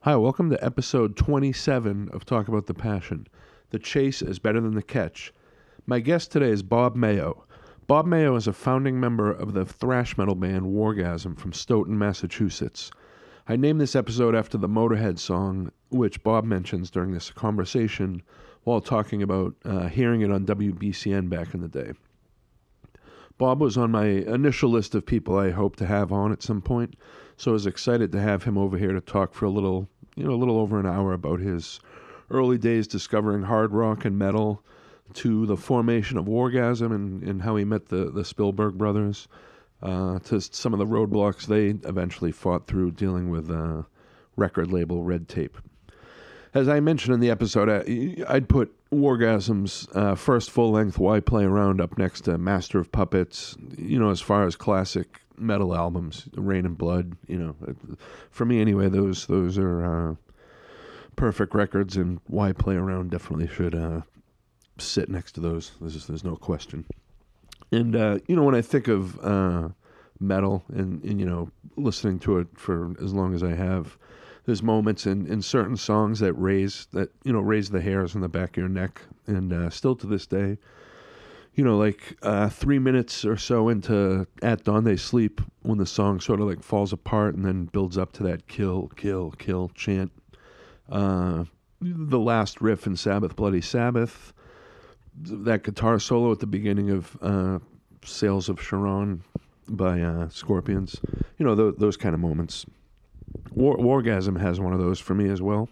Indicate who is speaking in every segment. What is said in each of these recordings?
Speaker 1: Hi, welcome to episode 27 of Talk About the Passion. The chase is better than the catch. My guest today is Bob Mayo. Bob Mayo is a founding member of the thrash metal band Wargasm from Stoughton, Massachusetts. I named this episode after the Motorhead song, which Bob mentions during this conversation while talking about uh, hearing it on WBCN back in the day. Bob was on my initial list of people I hope to have on at some point, so I was excited to have him over here to talk for a little, you know, a little over an hour about his early days discovering hard rock and metal to the formation of Wargasm and, and how he met the, the Spielberg brothers uh, to s- some of the roadblocks they eventually fought through dealing with uh, record label red tape as I mentioned in the episode, I, I'd put Wargasm's uh, first full length Why Play Around up next to Master of Puppets, you know, as far as classic metal albums, Rain and Blood, you know. it- For me, anyway, those those are uh, perfect records, and Why Play Around definitely should uh, sit next to those. There's, just- there's no question. And, uh, you know, when I think of uh, metal and, and, you know, listening to it for as long as I have, there's moments in, in certain songs that raise that you know raise the hairs on the back of your neck and uh, still to this day you know like uh, three minutes or so into at dawn they sleep when the song sort of like falls apart and then builds up to that kill kill kill chant uh, the last riff in sabbath bloody sabbath that guitar solo at the beginning of uh, sales of sharon by uh, scorpions you know th- those kind of moments War- Wargasm has one of those for me as well,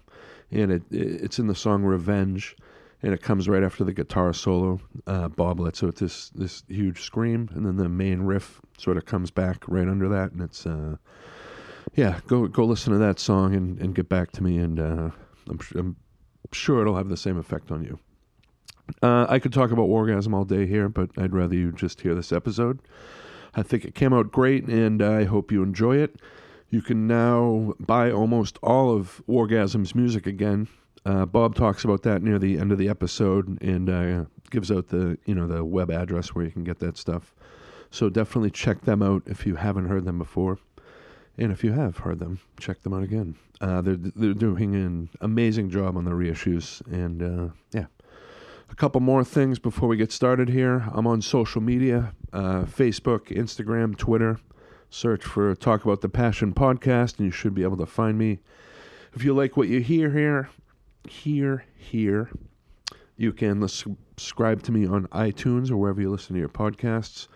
Speaker 1: and it, it it's in the song "Revenge," and it comes right after the guitar solo. Uh, Bob lets out this this huge scream, and then the main riff sort of comes back right under that, and it's uh, yeah, go go listen to that song and, and get back to me, and uh, I'm, su- I'm sure it'll have the same effect on you. Uh, I could talk about Wargasm all day here, but I'd rather you just hear this episode. I think it came out great, and I hope you enjoy it. You can now buy almost all of Orgasm's music again. Uh, Bob talks about that near the end of the episode, and uh, gives out the you know the web address where you can get that stuff. So definitely check them out if you haven't heard them before, and if you have heard them, check them out again. Uh, they're they're doing an amazing job on the reissues, and uh, yeah, a couple more things before we get started here. I'm on social media uh, Facebook, Instagram, Twitter. Search for Talk About the Passion podcast, and you should be able to find me. If you like what you hear here, here, here, you can lis- subscribe to me on iTunes or wherever you listen to your podcasts.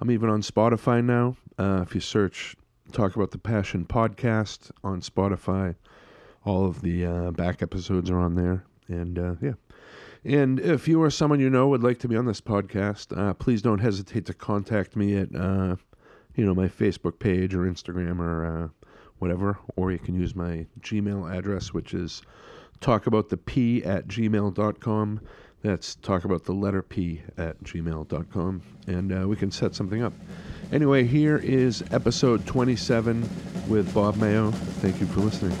Speaker 1: I'm even on Spotify now. Uh, if you search Talk About the Passion podcast on Spotify, all of the uh, back episodes are on there. And uh, yeah. And if you or someone you know would like to be on this podcast, uh, please don't hesitate to contact me at, uh, you know, my Facebook page or Instagram or uh, whatever. Or you can use my Gmail address, which is talkaboutthep at gmail.com. That's talk about the letter P at gmail.com. And uh, we can set something up. Anyway, here is episode 27 with Bob Mayo. Thank you for listening.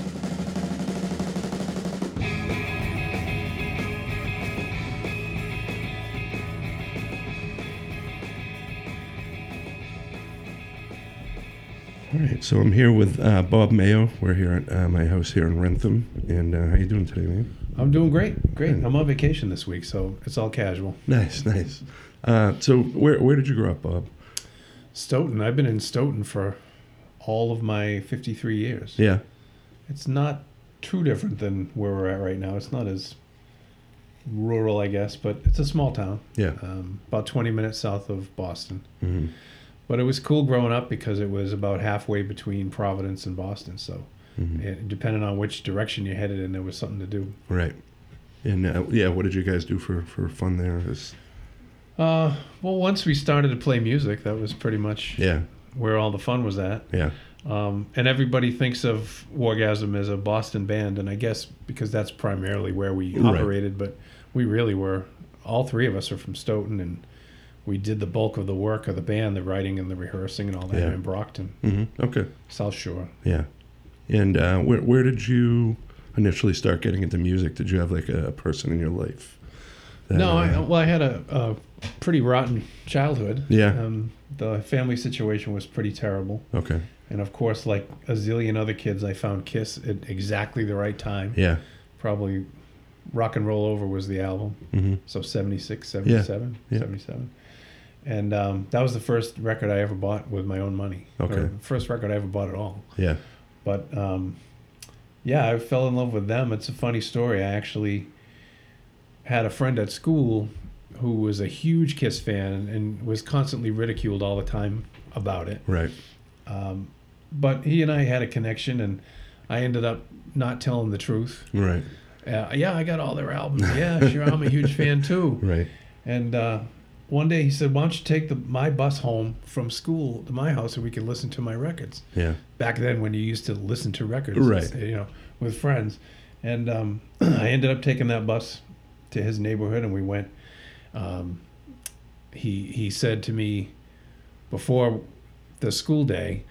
Speaker 1: All right, so I'm here with uh, Bob Mayo. We're here at uh, my house here in Rentham. And uh, how you doing today, man?
Speaker 2: I'm doing great. Great. I'm on vacation this week, so it's all casual.
Speaker 1: Nice, nice. Uh, so where where did you grow up, Bob?
Speaker 2: Stoughton. I've been in Stoughton for all of my 53 years.
Speaker 1: Yeah,
Speaker 2: It's not too different than where we're at right now. It's not as rural, I guess, but it's a small town,
Speaker 1: yeah.
Speaker 2: um, about 20 minutes south of Boston.
Speaker 1: hmm
Speaker 2: But it was cool growing up because it was about halfway between Providence and Boston. So,
Speaker 1: Mhm.
Speaker 2: it, depending on which direction you headed in, there was something to do.
Speaker 1: Right. And uh, yeah, what did you guys do for, for fun there? Is-
Speaker 2: Uh, well, once we started to play music, that was pretty much
Speaker 1: yeah,
Speaker 2: where all the fun was at.
Speaker 1: yeah,
Speaker 2: Um, and everybody thinks of Wargasm as a Boston band, and I guess because that's primarily where we
Speaker 1: Right.
Speaker 2: operated, but we really were, all three of us are from Stoughton, and we did the bulk of the work of the band, the writing and the rehearsing and all that
Speaker 1: Yeah.
Speaker 2: in Brockton,
Speaker 1: hmm okay,
Speaker 2: South Shore.
Speaker 1: yeah. And uh, where where did you initially start getting into music? Did you have like a person in your life? that,
Speaker 2: No, I,
Speaker 1: uh,
Speaker 2: well, I had a, a pretty rotten childhood.
Speaker 1: Yeah.
Speaker 2: Um, the family situation was pretty terrible.
Speaker 1: okay,
Speaker 2: And of course, like a zillion other kids, I found Kiss at exactly the right time.
Speaker 3: Yeah.
Speaker 2: Probably Rock and Roll Over was the album.
Speaker 3: Mm-hmm.
Speaker 2: So 76, 77,
Speaker 3: Yeah.
Speaker 2: 77. And um, that was the first record I ever bought with my own money.
Speaker 3: Okay.
Speaker 2: Or first record I ever bought at all.
Speaker 3: Yeah.
Speaker 2: But um, yeah, I fell in love with them. It's a funny story. I actually had a friend at school who was a huge Kiss fan and was constantly ridiculed all the time about it.
Speaker 3: Right.
Speaker 2: Um, but he and I had a connection, and I ended up not telling the truth.
Speaker 3: Right.
Speaker 2: Uh, yeah, I got all their albums. Yeah, sure, I'm a huge fan too.
Speaker 3: Right.
Speaker 2: And uh, one day he said, "Why don't you take the, my bus home from school to my house so we can listen to my records?"
Speaker 3: Yeah.
Speaker 2: back then when you used to listen to records,
Speaker 3: Right.
Speaker 2: You know, with friends, and um, I ended up taking that bus to his neighborhood, and we went. Um, he he said to me before the school day,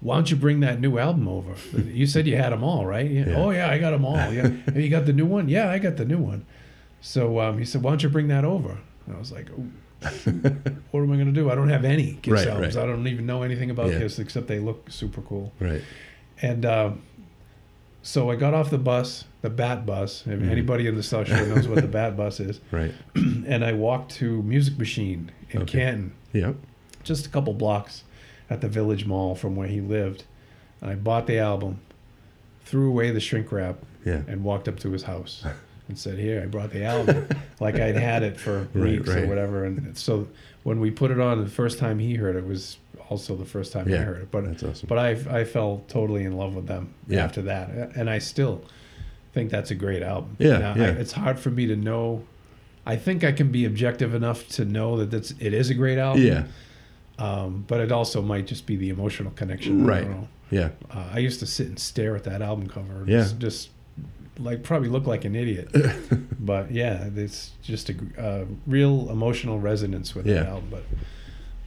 Speaker 2: "Why don't you bring that new album over? You said you had them all, right? Yeah.
Speaker 3: Yeah.
Speaker 2: Oh yeah, I got them all. Yeah, "Hey, you got the new one? Yeah, I got the new one. So um, he said, "Why don't you bring that over?" And I was like. "Oh, What am I going to do? I don't have any Kiss
Speaker 3: Right,
Speaker 2: albums.
Speaker 3: right.
Speaker 2: I don't even know anything about
Speaker 3: Yeah.
Speaker 2: Kiss except they look super cool.
Speaker 3: Right.
Speaker 2: And uh, so I got off the bus, the Bat Bus.
Speaker 3: Mm-hmm.
Speaker 2: If anybody in the South Shore knows what the Bat Bus is,
Speaker 3: Right.
Speaker 2: and I walked to Music Machine in
Speaker 3: Mm-hmm. Okay.
Speaker 2: Canton,
Speaker 3: Yep.
Speaker 2: just a couple blocks at the Village Mall from where he lived. And I bought the album, threw away the shrink wrap,
Speaker 3: Yeah.
Speaker 2: and walked up to his house and said, "Here, I brought the album." like I'd had it for
Speaker 3: Right,
Speaker 2: weeks
Speaker 3: right.
Speaker 2: or whatever. And so when we put it on, the first time he heard it was also the first time I
Speaker 3: Yeah,
Speaker 2: heard it. But
Speaker 3: that's awesome.
Speaker 2: but I I fell totally in love with them
Speaker 3: Yeah.
Speaker 2: after that, and I still think that's a great album.
Speaker 3: Yeah,
Speaker 2: Now, I-
Speaker 3: yeah.
Speaker 2: it's hard for me to know. I think I can be objective enough to know that that's it is a great album.
Speaker 3: Yeah.
Speaker 2: Um, but it also might just be the emotional connection. I
Speaker 3: Right.
Speaker 2: don't know.
Speaker 3: Yeah.
Speaker 2: Uh, I used to sit and stare at that album cover. And
Speaker 3: Yeah.
Speaker 2: Just, just like probably look like an idiot. but yeah, it's just a gr- uh, real emotional resonance with that
Speaker 3: Yeah.
Speaker 2: album. But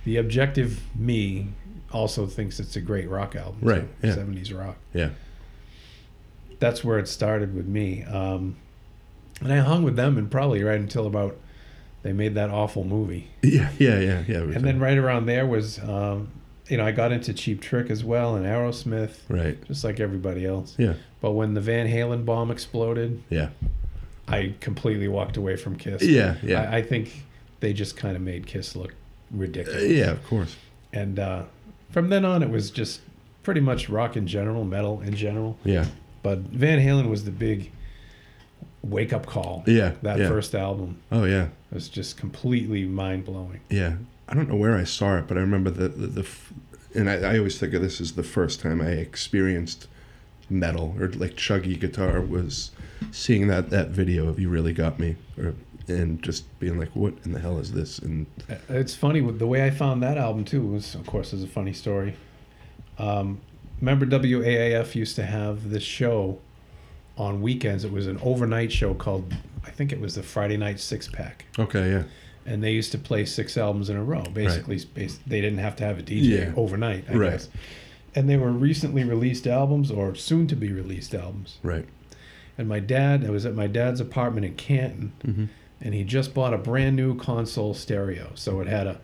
Speaker 2: the objective me also thinks it's a great rock album. so
Speaker 3: Right, yeah.
Speaker 2: 70s rock.
Speaker 3: Yeah.
Speaker 2: That's where it started with me. Um, and I hung with them and probably right until about they made that awful movie.
Speaker 3: Yeah. Yeah. Yeah. Yeah.
Speaker 2: And then right around there was, um, you know, I got into Cheap Trick as well and Aerosmith,
Speaker 3: Right.
Speaker 2: just like everybody else.
Speaker 3: Yeah.
Speaker 2: But when the Van Halen bomb exploded,
Speaker 3: Yeah.
Speaker 2: I completely walked away from Kiss.
Speaker 3: Yeah. Yeah.
Speaker 2: I, I think they just kind of made Kiss look ridiculous.
Speaker 3: Uh, yeah. Of course.
Speaker 2: And uh, from then on, it was just pretty much rock in general, metal in general.
Speaker 3: Yeah.
Speaker 2: But Van Halen was the big wake up call.
Speaker 3: Yeah,
Speaker 2: That
Speaker 3: yeah.
Speaker 2: first album
Speaker 3: Oh yeah.
Speaker 2: was just completely mind blowing.
Speaker 3: Yeah, I don't know where I saw it, but I remember the the, the f- and I, I always think of this as the first time I experienced metal or like chuggy guitar was seeing that that video of "You Really Got Me" or and just being like, "What in the hell is this?" And
Speaker 2: Uh, It's funny with the way I found that album too. Was of course is a funny story. Um, remember WAAF used to have this show on weekends. It was an overnight show called I think it was the Friday Night Six Pack,
Speaker 3: okay, yeah,
Speaker 2: and they used to play six albums in a row. Basically, bas- they didn't have to have a DJ
Speaker 3: Yeah.
Speaker 2: overnight. I
Speaker 3: Right.
Speaker 2: guess. And they were recently released albums or soon to be released albums.
Speaker 3: right,
Speaker 2: And my dad, I was at my dad's apartment in Canton,
Speaker 3: Mm-hmm.
Speaker 2: and he just bought a brand new console stereo. So it had a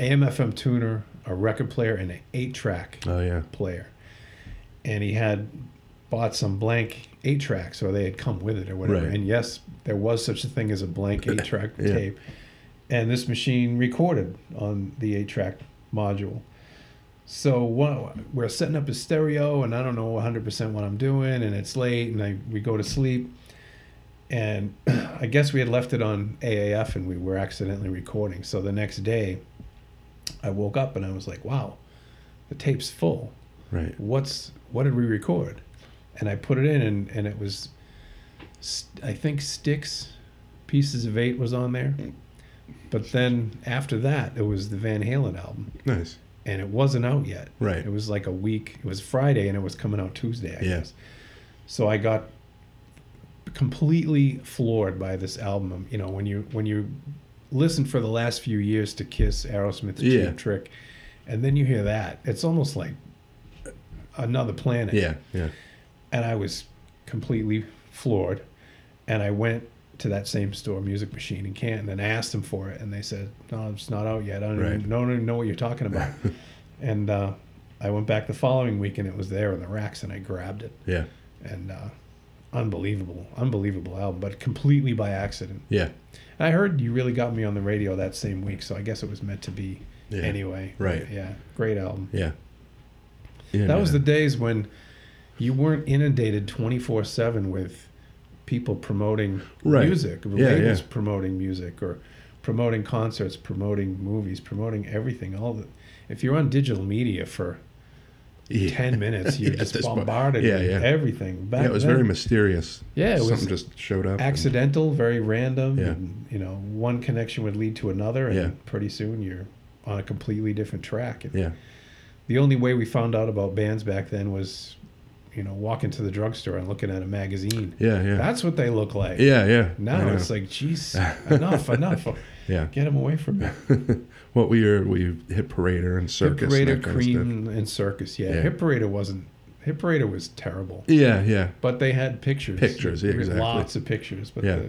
Speaker 2: AM/FM tuner, a record player, and an eight-track
Speaker 3: oh yeah,
Speaker 2: player. And he had bought some blank eight-tracks, or they had come with it, or whatever.
Speaker 3: Right.
Speaker 2: And yes, there was such a thing as a blank eight-track
Speaker 3: Yeah.
Speaker 2: tape. And this machine recorded on the eight-track module. So one, we're setting up a stereo, and I don't know 100% what I'm doing, and it's late, and I, we go to sleep. And I guess we had left it on AAF, and we were accidentally recording. So the next day, I woke up and I was like, "Wow, the tape's full.
Speaker 3: right,
Speaker 2: What's what did we record?" And I put it in, and and it was, st- I think sticks, pieces of eight was on there. But then after that, it was the Van Halen album
Speaker 3: nice,
Speaker 2: and it wasn't out yet.
Speaker 3: Right.
Speaker 2: It was like a week. It was Friday and it was coming out Tuesday, I
Speaker 3: Yeah.
Speaker 2: guess. So I got completely floored by this album. You know, when you when you listen for the last few years to Kiss, Aerosmith's
Speaker 3: Yeah.
Speaker 2: Cheap Trick, and then you hear that, it's almost like another planet
Speaker 3: yeah, yeah,
Speaker 2: and I was completely floored. And I went to that same store, Music Machine in Canton, and I asked them for it, and they said, "No, it's not out yet. I don't,
Speaker 3: Right.
Speaker 2: even, don't even know what you're talking about." and uh, I went back the following week and it was there in the racks and I grabbed it
Speaker 3: Yeah.
Speaker 2: and uh, unbelievable, unbelievable album, but completely by accident.
Speaker 3: Yeah.
Speaker 2: And I heard you really got me on the radio that same week, so I guess it was meant to be
Speaker 3: Yeah.
Speaker 2: anyway.
Speaker 3: Right.
Speaker 2: Yeah, great album.
Speaker 3: Yeah. Yeah,
Speaker 2: That was the
Speaker 3: man.
Speaker 2: days when you weren't inundated 24 7 with people promoting
Speaker 3: Right.
Speaker 2: music, or
Speaker 3: Yeah,
Speaker 2: labels
Speaker 3: yeah.
Speaker 2: promoting music, or promoting concerts, promoting movies, promoting everything. All the, If you're on digital media for
Speaker 3: Yeah.
Speaker 2: 10 minutes, you're
Speaker 3: Yeah, at
Speaker 2: just
Speaker 3: this point.
Speaker 2: bombarded
Speaker 3: Yeah,
Speaker 2: with
Speaker 3: yeah.
Speaker 2: everything. Back
Speaker 3: Yeah, it was
Speaker 2: then,
Speaker 3: very mysterious.
Speaker 2: Yeah, it was
Speaker 3: something just showed up. and-
Speaker 2: accidental, very random.
Speaker 3: Yeah.
Speaker 2: And, you know, one connection would lead to another, and
Speaker 3: Yeah.
Speaker 2: pretty soon you're on a completely different track. And
Speaker 3: Yeah.
Speaker 2: The only way we found out about bands back then was, you know, walking to the drugstore and looking at a magazine.
Speaker 3: Yeah. Yeah.
Speaker 2: That's what they look like.
Speaker 3: yeah. Yeah. I
Speaker 2: Now
Speaker 3: know.
Speaker 2: it's like, geez, enough, enough.
Speaker 3: yeah.
Speaker 2: Get them away from me.
Speaker 3: What we were, we hit parader and circus.
Speaker 2: Hip Parader,
Speaker 3: and that kind of stuff.
Speaker 2: Cream, and Circus. Yeah,
Speaker 3: Yeah.
Speaker 2: Hip Parader wasn't. Hip Parader was terrible.
Speaker 3: Yeah. Yeah.
Speaker 2: But they had pictures.
Speaker 3: Pictures, yeah,
Speaker 2: There was
Speaker 3: exactly.
Speaker 2: Lots of pictures, but
Speaker 3: Yeah.
Speaker 2: the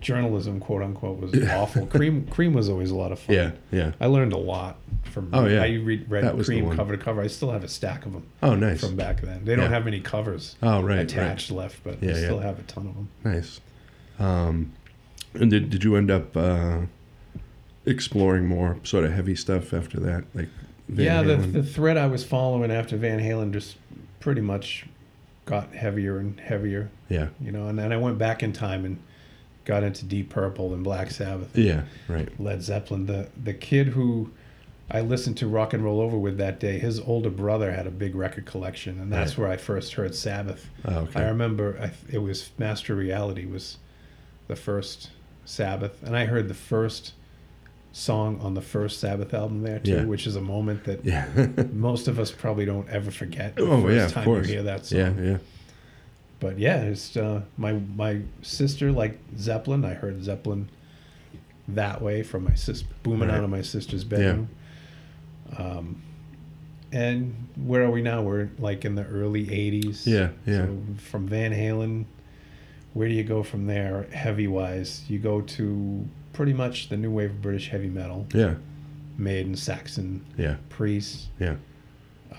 Speaker 2: journalism, quote unquote, was awful. Cream, Cream was always a lot of fun.
Speaker 3: Yeah. Yeah.
Speaker 2: I learned a lot from.
Speaker 3: Oh, yeah.
Speaker 2: I read,
Speaker 3: That
Speaker 2: read
Speaker 3: was the
Speaker 2: Cream
Speaker 3: one.
Speaker 2: cover to cover. I still have a stack of them
Speaker 3: Oh, nice.
Speaker 2: from back then. They don't
Speaker 3: Yeah.
Speaker 2: have many covers
Speaker 3: Oh, right.
Speaker 2: attached left, but
Speaker 3: Yeah,
Speaker 2: I
Speaker 3: yeah.
Speaker 2: still have a ton of them.
Speaker 3: Right. Nice. Um, and did, did you end up uh, exploring more sort of heavy stuff after that? Like, Van
Speaker 2: yeah, the,
Speaker 3: Halen?
Speaker 2: the thread I was following after Van Halen just pretty much got heavier and heavier,
Speaker 3: yeah.
Speaker 2: you know. And then I went back in time and got into Deep Purple and Black Sabbath.
Speaker 3: Yeah. Right.
Speaker 2: Led Zeppelin. The the kid who I listened to Rock and Roll Over with that day, his older brother had a big record collection, and that's
Speaker 3: Right.
Speaker 2: where I first heard Sabbath.
Speaker 3: Oh, okay.
Speaker 2: I remember I, th- it was Master Reality was the first Sabbath, and I heard the first song on the first Sabbath album there too,
Speaker 3: Yeah.
Speaker 2: which is a moment that
Speaker 3: yeah.
Speaker 2: most of us probably don't ever forget. The
Speaker 3: Oh,
Speaker 2: first
Speaker 3: yeah, of
Speaker 2: time
Speaker 3: course.
Speaker 2: you hear that song.
Speaker 3: yeah. Yeah.
Speaker 2: But yeah, it's uh, my my sister liked Zeppelin. I heard Zeppelin that way from my sis booming
Speaker 3: Right.
Speaker 2: out of my sister's bedroom. Um, and where are we now? We're like in the early '80s.
Speaker 3: Yeah, yeah.
Speaker 2: So from Van Halen, where do you go from there? Heavy wise, you go to pretty much the new wave of British heavy metal:
Speaker 3: Yeah.
Speaker 2: Maiden, Saxon,
Speaker 3: Yeah.
Speaker 2: Priest,
Speaker 3: Yeah.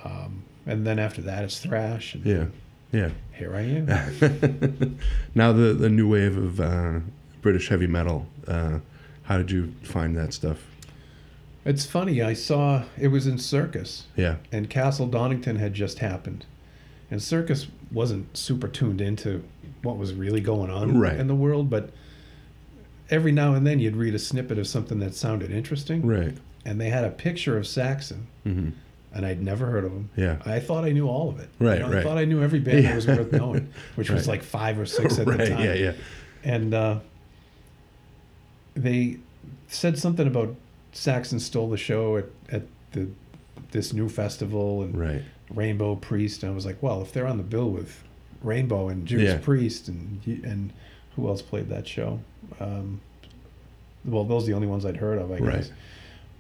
Speaker 2: um, and then after that it's thrash. And
Speaker 3: Yeah. Yeah.
Speaker 2: Here I am.
Speaker 3: now the the new wave of uh, British heavy metal. Uh, how did you find that stuff?
Speaker 2: It's funny, I saw it was in Circus,
Speaker 3: Yeah,
Speaker 2: and Castle Donington had just happened. And Circus wasn't super tuned into what was really going on
Speaker 3: Right.
Speaker 2: in the world, but every now and then you'd read a snippet of something that sounded interesting.
Speaker 3: right.
Speaker 2: And they had a picture of Saxon,
Speaker 3: hmm
Speaker 2: and I'd never heard of him.
Speaker 3: Yeah,
Speaker 2: I thought I knew all of it.
Speaker 3: Right,
Speaker 2: know, I
Speaker 3: right.
Speaker 2: thought I knew every band that was
Speaker 3: Yeah.
Speaker 2: worth knowing, which was
Speaker 3: Right.
Speaker 2: like five or six at
Speaker 3: right.
Speaker 2: the time
Speaker 3: Yeah, yeah,
Speaker 2: and uh, they said something about Saxon stole the show at, at the this new festival and
Speaker 3: right.
Speaker 2: Rainbow Priest, and I was like, well, if they're on the bill with Rainbow and Judas
Speaker 3: Yeah.
Speaker 2: Priest and and who else played that show? Um, well, those are the only ones I'd heard of, I guess.
Speaker 3: Right.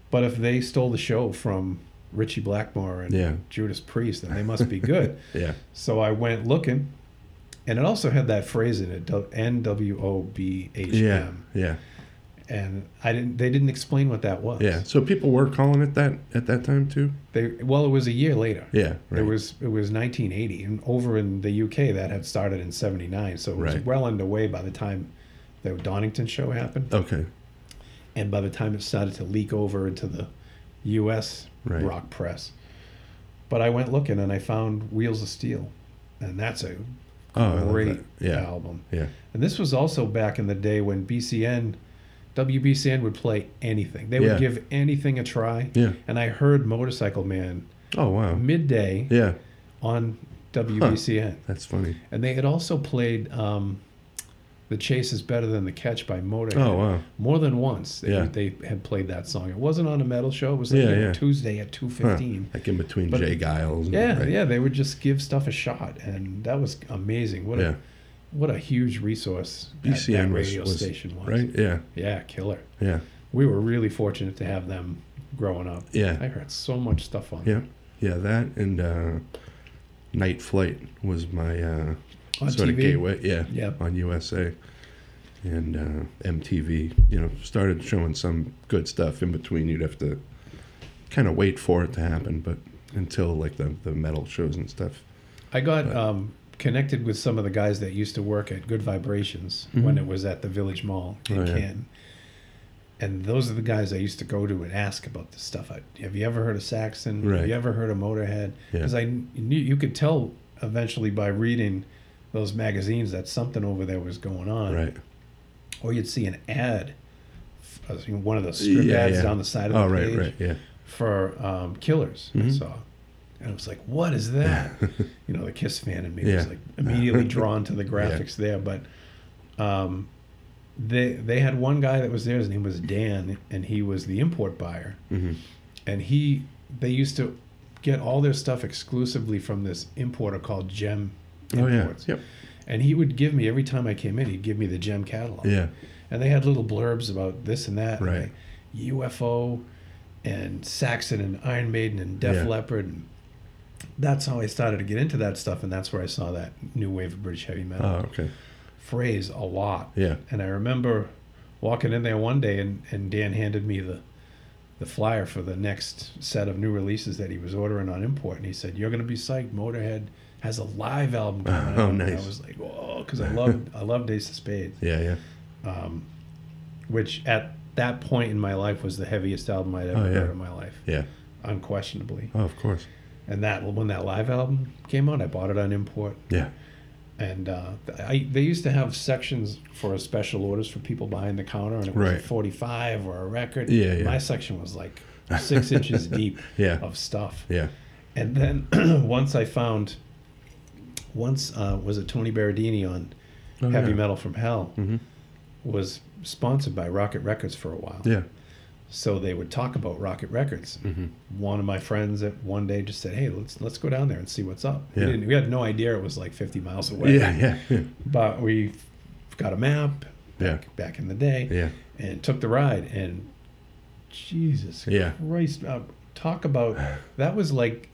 Speaker 2: But if they stole the show from Richie Blackmore and
Speaker 3: Yeah.
Speaker 2: Judas Priest, then they must be good.
Speaker 3: Yeah,
Speaker 2: So I went looking, and it also had that phrase in it, N W O B H
Speaker 3: yeah,
Speaker 2: M,
Speaker 3: yeah,
Speaker 2: and I didn't. They didn't explain what that was.
Speaker 3: yeah. So people were calling it that at that time too.
Speaker 2: They well, it was a year later.
Speaker 3: Yeah,
Speaker 2: It
Speaker 3: right.
Speaker 2: was it was 1980, and over in the UK that had started in '79, so it was
Speaker 3: Right.
Speaker 2: well underway by the time the Donington show happened,
Speaker 3: okay,
Speaker 2: and by the time it started to leak over into the U.S.
Speaker 3: Right.
Speaker 2: rock press. But I went looking, and I found Wheels of Steel, and that's a
Speaker 3: Oh, I love
Speaker 2: great
Speaker 3: that. Yeah.
Speaker 2: album.
Speaker 3: yeah,
Speaker 2: And this was also back in the day when BCN, WBCN would play anything. They would
Speaker 3: Yeah.
Speaker 2: give anything a try.
Speaker 3: yeah.
Speaker 2: And I heard Motorcycle Man
Speaker 3: Oh wow,
Speaker 2: midday
Speaker 3: yeah.
Speaker 2: on WBCN.
Speaker 3: That's funny.
Speaker 2: And they had also played um, The Chase is Better Than the Catch by Motorhead.
Speaker 3: Oh wow,
Speaker 2: More than once they,
Speaker 3: Yeah.
Speaker 2: they had played that song. It wasn't on a metal show. It was like
Speaker 3: Yeah,
Speaker 2: a
Speaker 3: yeah.
Speaker 2: Tuesday at 2.15.
Speaker 3: like in between
Speaker 2: But-
Speaker 3: Jay Giles. And,
Speaker 2: Yeah,
Speaker 3: right.
Speaker 2: yeah. They would just give stuff a shot. And that was amazing. What
Speaker 3: yeah.
Speaker 2: a what a huge resource that- that,
Speaker 3: BCN was-
Speaker 2: radio
Speaker 3: was-
Speaker 2: station was.
Speaker 3: Right. Yeah,
Speaker 2: Yeah, killer.
Speaker 3: yeah,
Speaker 2: We were really fortunate to have them growing up.
Speaker 3: yeah.
Speaker 2: I heard so much stuff on
Speaker 3: Yeah, yeah, that and uh, Night Flight was my uh,
Speaker 2: On
Speaker 3: sort of
Speaker 2: TV?
Speaker 3: gateway. Yeah,
Speaker 2: Yep.
Speaker 3: on USA and uh, MTV. You know, started showing some good stuff in between. You'd have to kind of wait for it to happen, but until like the, the metal shows and stuff.
Speaker 2: I got um, connected with some of the guys that used to work at Good Vibrations when it was at the Village Mall in
Speaker 3: Mm-hmm. Oh, yeah.
Speaker 2: Canton. And those are the guys I used to go to and ask about this stuff. I, have you ever heard of Saxon? Have
Speaker 3: Right.
Speaker 2: you ever heard of Motorhead?
Speaker 3: Yeah.
Speaker 2: Because I knew you could tell eventually by reading those magazines that something over there was going on.
Speaker 3: Right.
Speaker 2: Or you'd see an ad, f- uh, you know, one of those strip
Speaker 3: Yeah,
Speaker 2: ads
Speaker 3: yeah.
Speaker 2: down the side of
Speaker 3: Oh
Speaker 2: the
Speaker 3: right,
Speaker 2: page
Speaker 3: right, Mm-hmm. yeah.
Speaker 2: for um, Killers. I saw, and I was like, "What is that?" you know, the Kiss fan in me was
Speaker 3: Yeah.
Speaker 2: like immediately drawn to the graphics there. But um, they they had one guy that was there. His name was Dan, and he was the import buyer.
Speaker 3: Mm-hmm.
Speaker 2: And he they used to get all their stuff exclusively from this importer called Gem
Speaker 3: Oh yeah.
Speaker 2: Imports.
Speaker 3: Yep.
Speaker 2: And he would give me every time I came in, he'd give me the Gem catalog
Speaker 3: Yeah.
Speaker 2: and they had little blurbs about this and that, and
Speaker 3: Right.
Speaker 2: they- UFO, and Saxon and Iron Maiden and Def
Speaker 3: Yeah.
Speaker 2: Leppard, and that's how I started to get into that stuff, and that's where I saw that new wave of British heavy metal
Speaker 3: Oh okay.
Speaker 2: phrase a lot.
Speaker 3: Yeah.
Speaker 2: And I remember walking in there one day, and, and Dan handed me the the flyer for the next set of new releases that he was ordering on import, and he said, "You're going to be psyched. Motorhead has a live album coming
Speaker 3: Oh,
Speaker 2: out." And I
Speaker 3: nice.
Speaker 2: was like, "Whoa!" Because I love I love Ace of Spades
Speaker 3: Yeah, yeah.
Speaker 2: Um, which at that point in my life was the heaviest album I'd ever
Speaker 3: Oh, yeah.
Speaker 2: heard in my life,
Speaker 3: Yeah.
Speaker 2: unquestionably.
Speaker 3: Oh of course.
Speaker 2: And that when that live album came out, I bought it on import,
Speaker 3: Yeah.
Speaker 2: and uh, I they used to have sections for special orders for people behind the counter, and it was a
Speaker 3: Right.
Speaker 2: forty-five or a record.
Speaker 3: Yeah, yeah.
Speaker 2: My section was like six inches deep
Speaker 3: Yeah.
Speaker 2: of stuff.
Speaker 3: Yeah.
Speaker 2: And then once I found, once uh, was it Tony Berardini on Heavy
Speaker 3: Oh, yeah.
Speaker 2: Metal from Hell
Speaker 3: Mm-hmm.
Speaker 2: was sponsored by Rocket Records for a while.
Speaker 3: Yeah.
Speaker 2: So they would talk about Rocket Records.
Speaker 3: Mm-hmm.
Speaker 2: One of my friends at one day just said, "Hey, let's let's go down there and see what's up."
Speaker 3: Yeah.
Speaker 2: We, didn't, we had no idea it was like 50 miles away.
Speaker 3: Yeah, yeah, yeah.
Speaker 2: But we got a map
Speaker 3: Yeah.
Speaker 2: back, back in the day
Speaker 3: Yeah.
Speaker 2: and took the ride and Jesus
Speaker 3: Yeah.
Speaker 2: Christ, uh, talk about that was like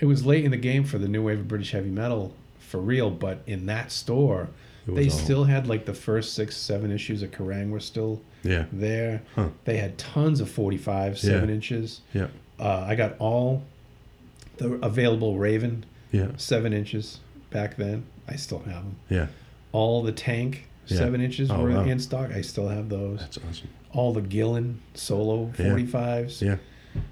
Speaker 2: it was late in the game for the new wave of British heavy metal for real, but in that store
Speaker 3: It
Speaker 2: they
Speaker 3: was all-
Speaker 2: still had like the first six, seven issues of Kerrang were still
Speaker 3: Yeah.
Speaker 2: there.
Speaker 3: Huh.
Speaker 2: They had tons of 45,
Speaker 3: Yeah.
Speaker 2: 7 inches.
Speaker 3: Yeah.
Speaker 2: Uh, I got all the available Raven,
Speaker 3: Yeah.
Speaker 2: 7 inches back then. I still have them.
Speaker 3: Yeah.
Speaker 2: All the Tank,
Speaker 3: Yeah.
Speaker 2: 7 inches
Speaker 3: Oh,
Speaker 2: were
Speaker 3: wow.
Speaker 2: in stock. I still have those.
Speaker 3: That's awesome.
Speaker 2: All the Gillen solo 45s.
Speaker 3: Yeah.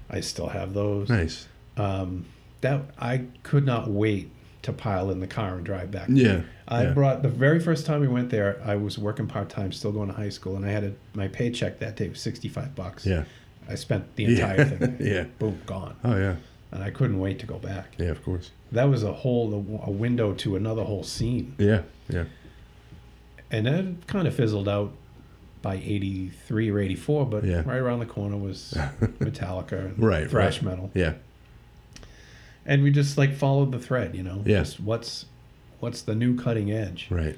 Speaker 2: I still have those.
Speaker 3: Nice.
Speaker 2: Um, that I could not wait to pile in the car and drive back.
Speaker 3: Yeah.
Speaker 2: I
Speaker 3: yeah.
Speaker 2: brought the very first time we went there. I was working part time, still going to high school, and I had a, my paycheck that day was sixty five bucks.
Speaker 3: Yeah.
Speaker 2: I spent the
Speaker 3: Yeah.
Speaker 2: entire thing.
Speaker 3: Yeah.
Speaker 2: boom, gone,
Speaker 3: Oh yeah.
Speaker 2: and I couldn't wait to go back.
Speaker 3: Yeah, of course.
Speaker 2: That was a whole a window to another whole scene,
Speaker 3: Yeah. Yeah.
Speaker 2: and it kind of fizzled out by eighty three or eighty four. But
Speaker 3: Yeah.
Speaker 2: right around the corner was Metallica, and
Speaker 3: Right,
Speaker 2: thrash
Speaker 3: right.
Speaker 2: metal,
Speaker 3: Yeah.
Speaker 2: and we just like followed the thread, you know.
Speaker 3: Yeah.
Speaker 2: Just what's what's the new cutting edge?
Speaker 3: Right.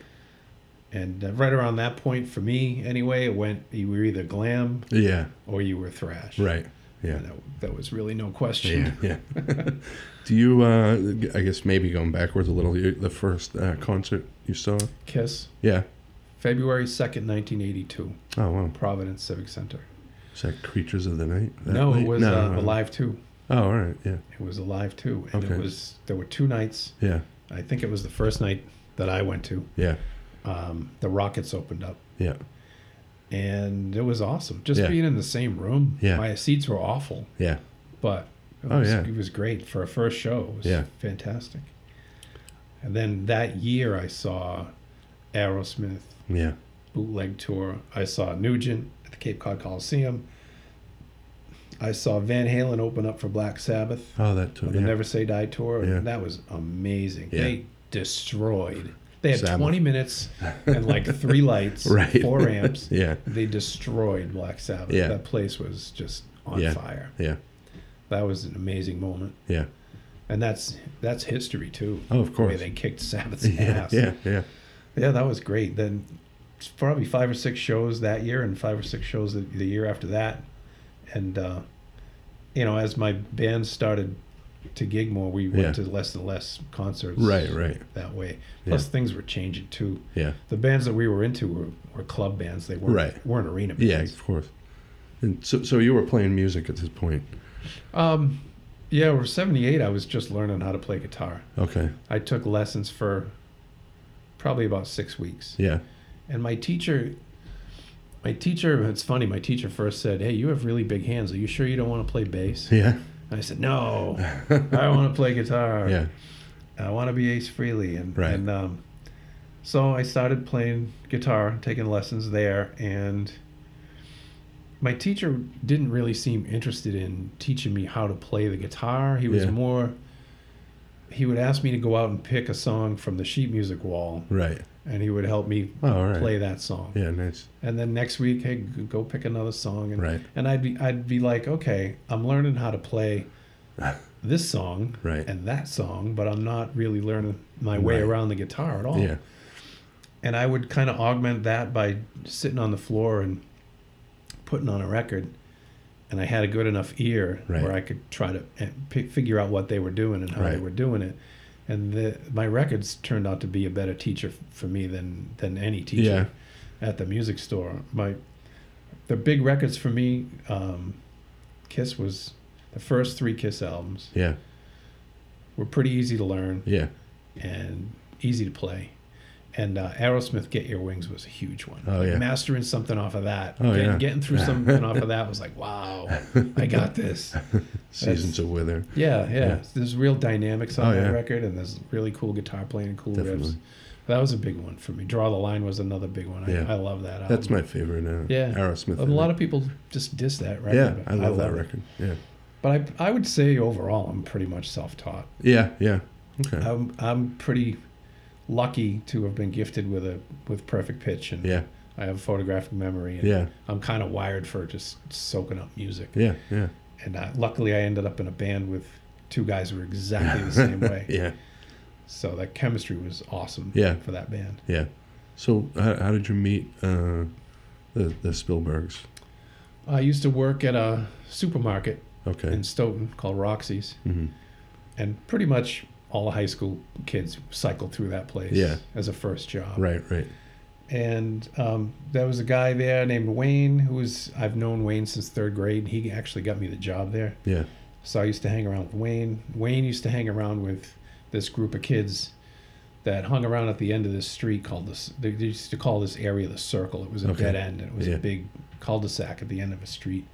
Speaker 2: And uh, right around that point, for me anyway, it went you were either glam
Speaker 3: Yeah.
Speaker 2: or you were thrash.
Speaker 3: Right. Yeah.
Speaker 2: And that, that was really no
Speaker 3: Yeah,
Speaker 2: question.
Speaker 3: yeah. Do you? Uh, I guess maybe going backwards a little. you- The first uh, concert you saw?
Speaker 2: Kiss,
Speaker 3: Yeah.
Speaker 2: February 2nd, 1982,
Speaker 3: Oh wow.
Speaker 2: Providence Civic Center.
Speaker 3: Is that Creatures of the Night? That
Speaker 2: no, it
Speaker 3: late?
Speaker 2: was uh, Alive too.
Speaker 3: Oh, all right. Yeah.
Speaker 2: It was Alive too. And
Speaker 3: Okay.
Speaker 2: it was, there were two nights.
Speaker 3: Yeah.
Speaker 2: I think it was the first night that I went to.
Speaker 3: Yeah.
Speaker 2: Um, the Rockets opened up.
Speaker 3: Yeah.
Speaker 2: And it was awesome. Just
Speaker 3: Yeah.
Speaker 2: being in the same room.
Speaker 3: Yeah.
Speaker 2: My seats were awful,
Speaker 3: Yeah.
Speaker 2: but it
Speaker 3: Oh,
Speaker 2: was,
Speaker 3: yeah.
Speaker 2: it was great for a first show. It was
Speaker 3: Yeah.
Speaker 2: fantastic. And then that year I saw Aerosmith,
Speaker 3: Yeah.
Speaker 2: bootleg tour. I saw Nugent at the Cape Cod Coliseum. I saw Van Halen open up for Black Sabbath
Speaker 3: Oh, that too.
Speaker 2: on the
Speaker 3: Yeah.
Speaker 2: Never Say Die tour.
Speaker 3: Yeah.
Speaker 2: and That was amazing.
Speaker 3: Yeah.
Speaker 2: They destroyed. They had
Speaker 3: Sabbath.
Speaker 2: 20 minutes and like three lights,
Speaker 3: Right.
Speaker 2: four amps.
Speaker 3: Yeah.
Speaker 2: They destroyed Black Sabbath.
Speaker 3: Yeah.
Speaker 2: That place was just on
Speaker 3: Yeah.
Speaker 2: fire.
Speaker 3: Yeah.
Speaker 2: That was an amazing moment.
Speaker 3: Yeah.
Speaker 2: And that's that's history too.
Speaker 3: Oh, of
Speaker 2: The way
Speaker 3: course.
Speaker 2: they kicked Sabbath's
Speaker 3: Yeah.
Speaker 2: ass.
Speaker 3: Yeah. Yeah.
Speaker 2: Yeah, that was great. Then it's probably five or six shows that year, and five or six shows the, the year after that. And uh, you know, as my band started to gig more, we went
Speaker 3: Yeah.
Speaker 2: to less and less concerts.
Speaker 3: Right. Right.
Speaker 2: That way, plus
Speaker 3: Yeah.
Speaker 2: things were changing too.
Speaker 3: Yeah.
Speaker 2: The bands that we were into were, were club bands. They weren't
Speaker 3: Right.
Speaker 2: weren't arena
Speaker 3: Yeah.
Speaker 2: bands.
Speaker 3: Of course. And so, so you were playing music at this point.
Speaker 2: Um, Yeah, over 78, I was just learning how to play guitar.
Speaker 3: Okay.
Speaker 2: I took lessons for probably about six weeks.
Speaker 3: Yeah.
Speaker 2: And my teacher, my teacher, it's funny, my teacher first said, Hey, you have really big hands. Are you sure you don't want to play bass?
Speaker 3: Yeah.
Speaker 2: And I said, No, I want to play guitar.
Speaker 3: Yeah.
Speaker 2: I want to be Ace Freely. And,
Speaker 3: Right.
Speaker 2: and um, so I started playing guitar, taking lessons there. And my teacher didn't really seem interested in teaching me how to play the guitar. He was
Speaker 3: Yeah.
Speaker 2: more, he would ask me to go out and pick a song from the sheet music wall,
Speaker 3: Right.
Speaker 2: and he would help me
Speaker 3: Oh, all right.
Speaker 2: play that song.
Speaker 3: Yeah. Nice.
Speaker 2: And then next week, hey, g- go pick another song. And,
Speaker 3: Right.
Speaker 2: and I'd, be, I'd be like, okay, I'm learning how to play this song
Speaker 3: Right.
Speaker 2: and that song, but I'm not really learning my way
Speaker 3: Right.
Speaker 2: around the guitar at all.
Speaker 3: Yeah.
Speaker 2: And I would kind of augment that by sitting on the floor and putting on a record. And I had a good enough ear
Speaker 3: Right.
Speaker 2: where I could try to eh, pi figure out what they were doing and how they
Speaker 3: Right.
Speaker 2: were doing it. And the, my records turned out to be a better teacher f- for me than than any teacher at the music store. My the big records for me, um, Kiss was the first three Kiss albums
Speaker 3: Yeah.
Speaker 2: were pretty easy to learn
Speaker 3: Yeah.
Speaker 2: and easy to play. And uh, Aerosmith, "Get Your Wings" was a huge one.
Speaker 3: Oh, yeah.
Speaker 2: mastering something off of that,
Speaker 3: Oh,
Speaker 2: getting,
Speaker 3: yeah.
Speaker 2: getting through something off of that was like, wow, I got this.
Speaker 3: Seasons of Wither.
Speaker 2: Yeah, yeah.
Speaker 3: Yeah.
Speaker 2: There's real dynamics on
Speaker 3: Oh,
Speaker 2: that
Speaker 3: yeah.
Speaker 2: record, and there's really cool guitar playing and cool riffs.
Speaker 3: Definitely.
Speaker 2: That was a big one for me. "Draw the Line" was another big one. I,
Speaker 3: Yeah.
Speaker 2: I love that. Album.
Speaker 3: That's my favorite. Uh,
Speaker 2: yeah.
Speaker 3: Aerosmith.
Speaker 2: A lot of people just diss that record.
Speaker 3: Yeah.
Speaker 2: but
Speaker 3: I love that
Speaker 2: it.
Speaker 3: record. Yeah.
Speaker 2: But I, I would say overall, I'm pretty much self-taught.
Speaker 3: Yeah. Yeah. Okay.
Speaker 2: I'm I'm pretty lucky to have been gifted with a with perfect pitch and
Speaker 3: Yeah.
Speaker 2: I have photographic memory and
Speaker 3: Yeah.
Speaker 2: I'm kind of wired for just soaking up music
Speaker 3: Yeah. Yeah.
Speaker 2: and I, luckily I ended up in a band with two guys who were exactly the same way
Speaker 3: Yeah.
Speaker 2: so that chemistry was awesome
Speaker 3: Yeah.
Speaker 2: for that band
Speaker 3: Yeah. So how, how did you meet uh, the the Spielbergs?
Speaker 2: I used to work at a supermarket
Speaker 3: Okay.
Speaker 2: in Stoughton called Roxy's
Speaker 3: hmm
Speaker 2: and pretty much all the high school kids cycled through that place
Speaker 3: Yeah.
Speaker 2: as a first job
Speaker 3: Right. Right.
Speaker 2: and um, there was a guy there named Wayne who was I've known Wayne since third grade. He actually got me the job there,
Speaker 3: Yeah.
Speaker 2: so I used to hang around with Wayne. Wayne used to hang around with this group of kids that hung around at the end of this street called this. They they used to call this area the Circle. It was a
Speaker 3: Okay.
Speaker 2: dead end. It was
Speaker 3: Yeah.
Speaker 2: a big cul-de-sac at the end of a street.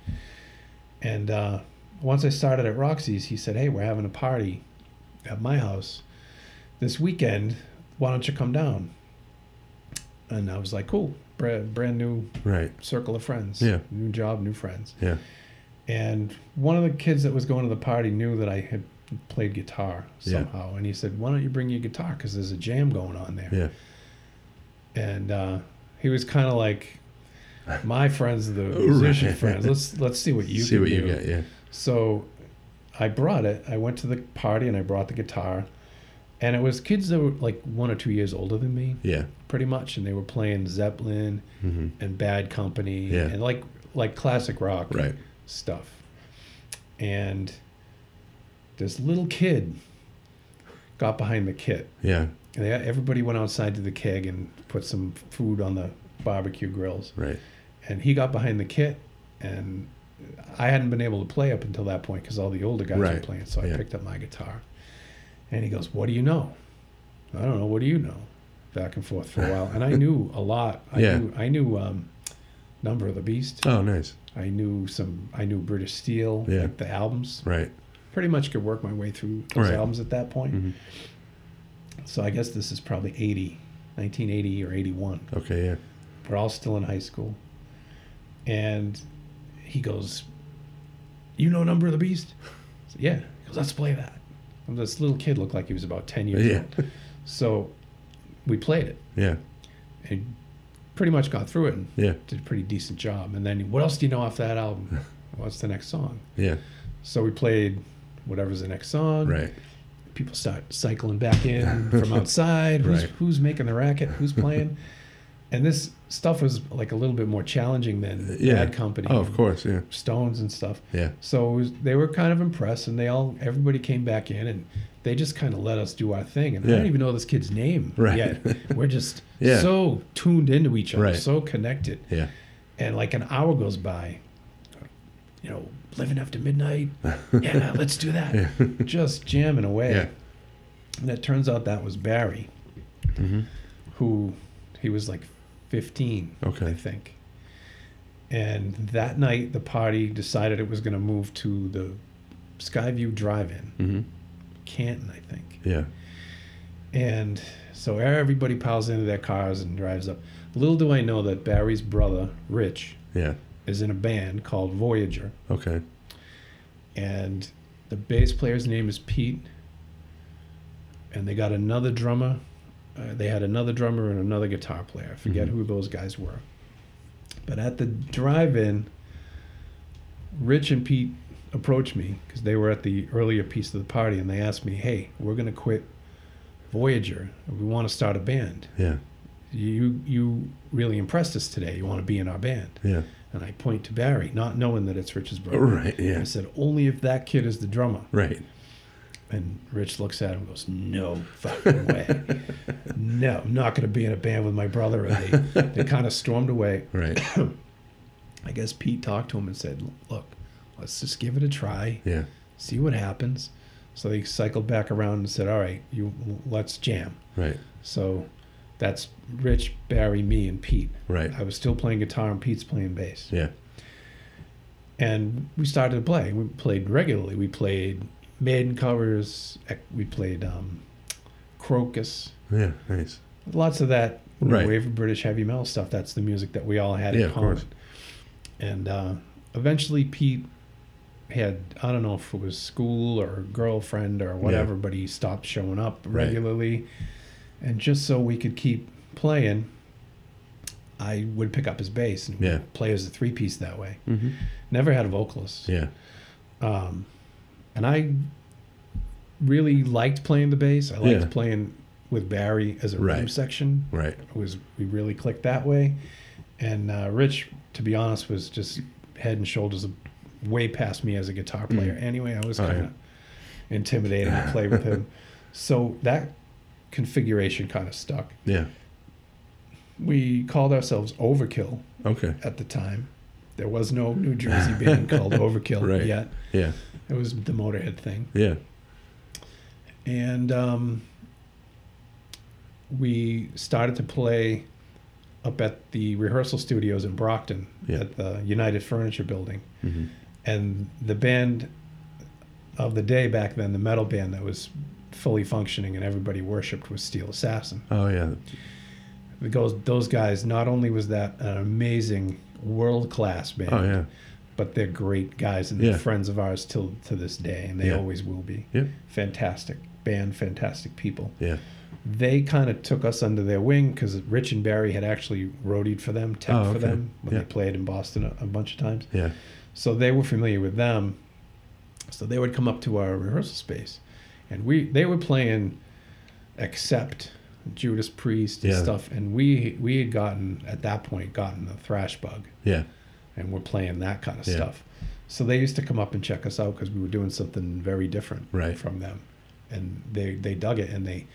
Speaker 2: And uh, once I started at Roxy's, he said, "Hey, we're having a party at my house this weekend. Why don't you come down?" And I was like, "Cool, brand, brand new
Speaker 3: Right.
Speaker 2: circle of friends.
Speaker 3: Yeah.
Speaker 2: new job, new friends."
Speaker 3: Yeah.
Speaker 2: And one of the kids that was going to the party knew that I had played guitar
Speaker 3: Yeah.
Speaker 2: somehow, and he said, "Why don't you bring your guitar? Because there's a jam going on there."
Speaker 3: Yeah.
Speaker 2: And uh, he was kind of like, "My friends, are the musician
Speaker 3: Right.
Speaker 2: friends, let's let's see what you
Speaker 3: See
Speaker 2: can
Speaker 3: what you
Speaker 2: do."
Speaker 3: get. Yeah.
Speaker 2: So I brought it. I went to the party and I brought the guitar. And it was kids that were like one or two years older than me,
Speaker 3: Yeah.
Speaker 2: pretty much, and they were playing Zeppelin
Speaker 3: hmm
Speaker 2: and Bad Company
Speaker 3: Yeah.
Speaker 2: and like like classic rock
Speaker 3: Right.
Speaker 2: stuff. And this little kid got behind the kit.
Speaker 3: Yeah.
Speaker 2: And they, everybody went outside to the keg and put some food on the barbecue grills
Speaker 3: Right.
Speaker 2: and he got behind the kit and i hadn't been able to play up until that point because all the older guys were
Speaker 3: Right.
Speaker 2: playing so i
Speaker 3: Yeah.
Speaker 2: picked up my guitar and he goes what do you know i don't know what do you know back and forth for a while and i knew a lot i
Speaker 3: Yeah.
Speaker 2: knew i knew um, number of the beast
Speaker 3: Oh, nice.
Speaker 2: i knew some i knew british steel
Speaker 3: Yeah.
Speaker 2: like the albums
Speaker 3: Right.
Speaker 2: pretty much could work my way through those
Speaker 3: Right.
Speaker 2: albums at that point
Speaker 3: Mhm.
Speaker 2: so i guess this is probably 80 1980 or 81
Speaker 3: Okay. Yeah.
Speaker 2: we're all still in high school. And he goes, You know Number of the Beast? I said, yeah. He goes, Let's play that. And this little kid looked like he was about 10 years
Speaker 3: Yeah.
Speaker 2: old. So we played it
Speaker 3: Yeah.
Speaker 2: and pretty much got through it and
Speaker 3: Yeah.
Speaker 2: did a pretty decent job. And then, what else do you know off that album? What's the next song?
Speaker 3: Yeah.
Speaker 2: So we played whatever's the next song.
Speaker 3: Right.
Speaker 2: People start cycling back in from outside. Who's,
Speaker 3: Right.
Speaker 2: who's making the racket? Who's playing? and this stuff was like a little bit more challenging than
Speaker 3: Uh, Yeah.
Speaker 2: Bad Company,
Speaker 3: Oh, of course. Yeah.
Speaker 2: Stones and stuff.
Speaker 3: Yeah.
Speaker 2: So it was, they were kind of impressed, and they all everybody came back in, and they just kind of let us do our thing. And I
Speaker 3: Yeah.
Speaker 2: don't even know this kid's name
Speaker 3: Right.
Speaker 2: yet. We're just
Speaker 3: Yeah.
Speaker 2: so tuned into each other,
Speaker 3: Right.
Speaker 2: so connected.
Speaker 3: Yeah.
Speaker 2: And like an hour goes by, you know, living after midnight. Yeah, let's do that. Just jamming away.
Speaker 3: Yeah.
Speaker 2: And it turns out that was Barry,
Speaker 3: Mm-hmm.
Speaker 2: who he was like 15, I
Speaker 3: Okay.
Speaker 2: think. And that night, the party decided it was going to move to the Skyview Drive In,
Speaker 3: hmm
Speaker 2: Canton, I think.
Speaker 3: Yeah.
Speaker 2: And so everybody piles into their cars and drives up. Little do I know that Barry's brother, Rich,
Speaker 3: Yeah.
Speaker 2: is in a band called Voyager.
Speaker 3: Okay.
Speaker 2: and the bass player's name is Pete. And they got another drummer. Uh, they had another drummer and another guitar player. I forget
Speaker 3: Mm-hmm.
Speaker 2: who those guys were. But at the drive-in, Rich and Pete approached me because they were at the earlier piece of the party, and they asked me, "Hey, we're gonna quit Voyager. We want to start a band.
Speaker 3: Yeah.
Speaker 2: You you really impressed us today. You want to be in our band?"
Speaker 3: Yeah.
Speaker 2: And I point to Barry, not knowing that it's Rich's brother.
Speaker 3: Right.
Speaker 2: I
Speaker 3: Yeah.
Speaker 2: said, only if that kid is the drummer.
Speaker 3: Right.
Speaker 2: And Rich looks at him and goes, no fucking way. no, I'm not going to be in a band with my brother. And they, they kind of stormed away.
Speaker 3: Right.
Speaker 2: I guess Pete talked to him and said, look, let's just give it a try,
Speaker 3: Yeah.
Speaker 2: see what happens. So they cycled back around and said, all right, you let's jam.
Speaker 3: Right.
Speaker 2: So that's Rich, Barry, me, and Pete.
Speaker 3: Right.
Speaker 2: I was still playing guitar and Pete's playing bass.
Speaker 3: Yeah.
Speaker 2: and we started to play. We played regularly. We played Maiden covers. ec- We played um, Crocus.
Speaker 3: Yeah. Nice.
Speaker 2: Lots of that new
Speaker 3: Right.
Speaker 2: wave of British heavy metal stuff. That's the music that we all had
Speaker 3: Yeah,
Speaker 2: in
Speaker 3: of
Speaker 2: common.
Speaker 3: course.
Speaker 2: And uh, eventually, Pete had I don't know if it was school or a girlfriend or whatever, but he stopped showing up
Speaker 3: Right.
Speaker 2: regularly. And just so we could keep playing, I would pick up his bass and we'd
Speaker 3: Yeah.
Speaker 2: play as a three piece that way.
Speaker 3: Mm-hmm.
Speaker 2: Never had a vocalist
Speaker 3: Yeah.
Speaker 2: um, and I really liked playing the bass. I liked
Speaker 3: Yeah.
Speaker 2: playing with Barry as a room
Speaker 3: Right.
Speaker 2: section.
Speaker 3: Right.
Speaker 2: It was we really clicked that way, and uh, Rich, to be honest, was just head and shoulders way past me as a guitar player. Anyway, I was
Speaker 3: Oh, yeah.
Speaker 2: kind of intimidated to play with him, so that configuration kind of stuck.
Speaker 3: Yeah.
Speaker 2: We called ourselves Overkill
Speaker 3: Okay.
Speaker 2: at the time. There was no New Jersey band called Overkill
Speaker 3: Right.
Speaker 2: yet.
Speaker 3: Yeah.
Speaker 2: It was the Motorhead thing.
Speaker 3: Yeah.
Speaker 2: and um, we started to play up at the rehearsal studios in Brockton
Speaker 3: Yeah.
Speaker 2: at the United Furniture Building.
Speaker 3: Mm-hmm.
Speaker 2: And the band of the day back then, the metal band that was fully functioning and everybody worshipped was Steel Assassin.
Speaker 3: Oh yeah.
Speaker 2: Because those guys, not only was that an amazing world class band,
Speaker 3: Oh yeah.
Speaker 2: but they're great guys and they're
Speaker 3: Yeah.
Speaker 2: friends of ours till to this day, and they
Speaker 3: Yeah.
Speaker 2: always will be.
Speaker 3: Yep.
Speaker 2: Fantastic band, fantastic people
Speaker 3: Yeah.
Speaker 2: they kind of took us under their wing because Rich and Barry had actually roadied for them, tech
Speaker 3: Oh,
Speaker 2: for
Speaker 3: okay.
Speaker 2: them when
Speaker 3: Yeah.
Speaker 2: they played in Boston a, a bunch of times.
Speaker 3: Yeah.
Speaker 2: So they were familiar with them. So they would come up to our rehearsal space, and we they were playing, except Judas Priest and
Speaker 3: Yeah.
Speaker 2: stuff. And we we had gotten at that point gotten the thrash bug,
Speaker 3: Yeah.
Speaker 2: and we're playing that kind of
Speaker 3: Yeah.
Speaker 2: stuff. So they used to come up and check us out because we were doing something very different
Speaker 3: Right.
Speaker 2: from them, and they they dug it and they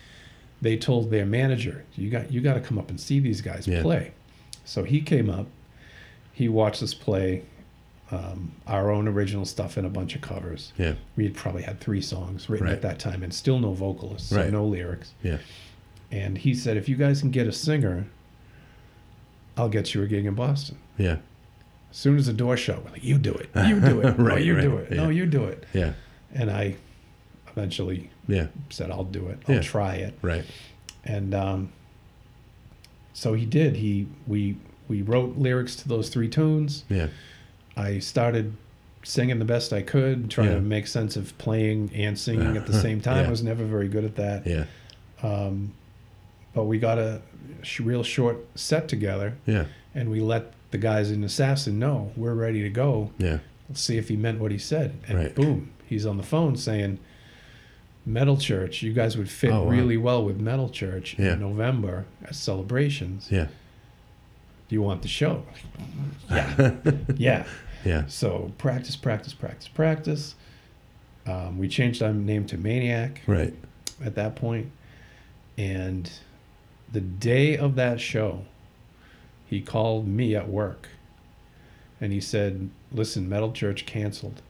Speaker 2: they told their manager, "You got you got to come up and see these guys
Speaker 3: Yeah.
Speaker 2: play." So he came up, he watched us play um, our own original stuff and a bunch of covers.
Speaker 3: Yeah.
Speaker 2: We had probably had three songs written at
Speaker 3: Right.
Speaker 2: that time, and still no vocalists, so
Speaker 3: Right.
Speaker 2: no lyrics.
Speaker 3: Yeah.
Speaker 2: And he said, "If you guys can get a singer, I'll get you a gig in Boston."
Speaker 3: Yeah.
Speaker 2: As soon as the door shut, we're like, "You do it, you do it, no,
Speaker 3: Right,
Speaker 2: you do
Speaker 3: right,
Speaker 2: it, no,
Speaker 3: yeah.
Speaker 2: you do it."
Speaker 3: Yeah.
Speaker 2: And I eventually
Speaker 3: Yeah.
Speaker 2: said, "I'll do it. I'll
Speaker 3: Yeah.
Speaker 2: try it."
Speaker 3: Right.
Speaker 2: And um, so he did. He we we wrote lyrics to those three tunes.
Speaker 3: Yeah.
Speaker 2: I started singing the best I could, trying
Speaker 3: Yeah.
Speaker 2: to make sense of playing and singing at the same time. I
Speaker 3: Yeah.
Speaker 2: was never very good at that.
Speaker 3: Yeah.
Speaker 2: Um, But we got a sh- real short set together,
Speaker 3: Yeah.
Speaker 2: and we let the guys in Assassin know we're ready to go.
Speaker 3: Yeah.
Speaker 2: Let's see if he meant what he said. And
Speaker 3: Right.
Speaker 2: boom, he's on the phone saying, Metal Church, you guys would fit
Speaker 3: Oh, wow.
Speaker 2: really well with Metal Church
Speaker 3: Yeah.
Speaker 2: in November at celebrations.
Speaker 3: Yeah.
Speaker 2: Do you want the show? yeah. yeah.
Speaker 3: Yeah.
Speaker 2: So practice, practice, practice, practice. Um, we changed our name to Maniac
Speaker 3: Right.
Speaker 2: at that point. And the day of that show, he called me at work and he said, "Listen, Metal Church canceled.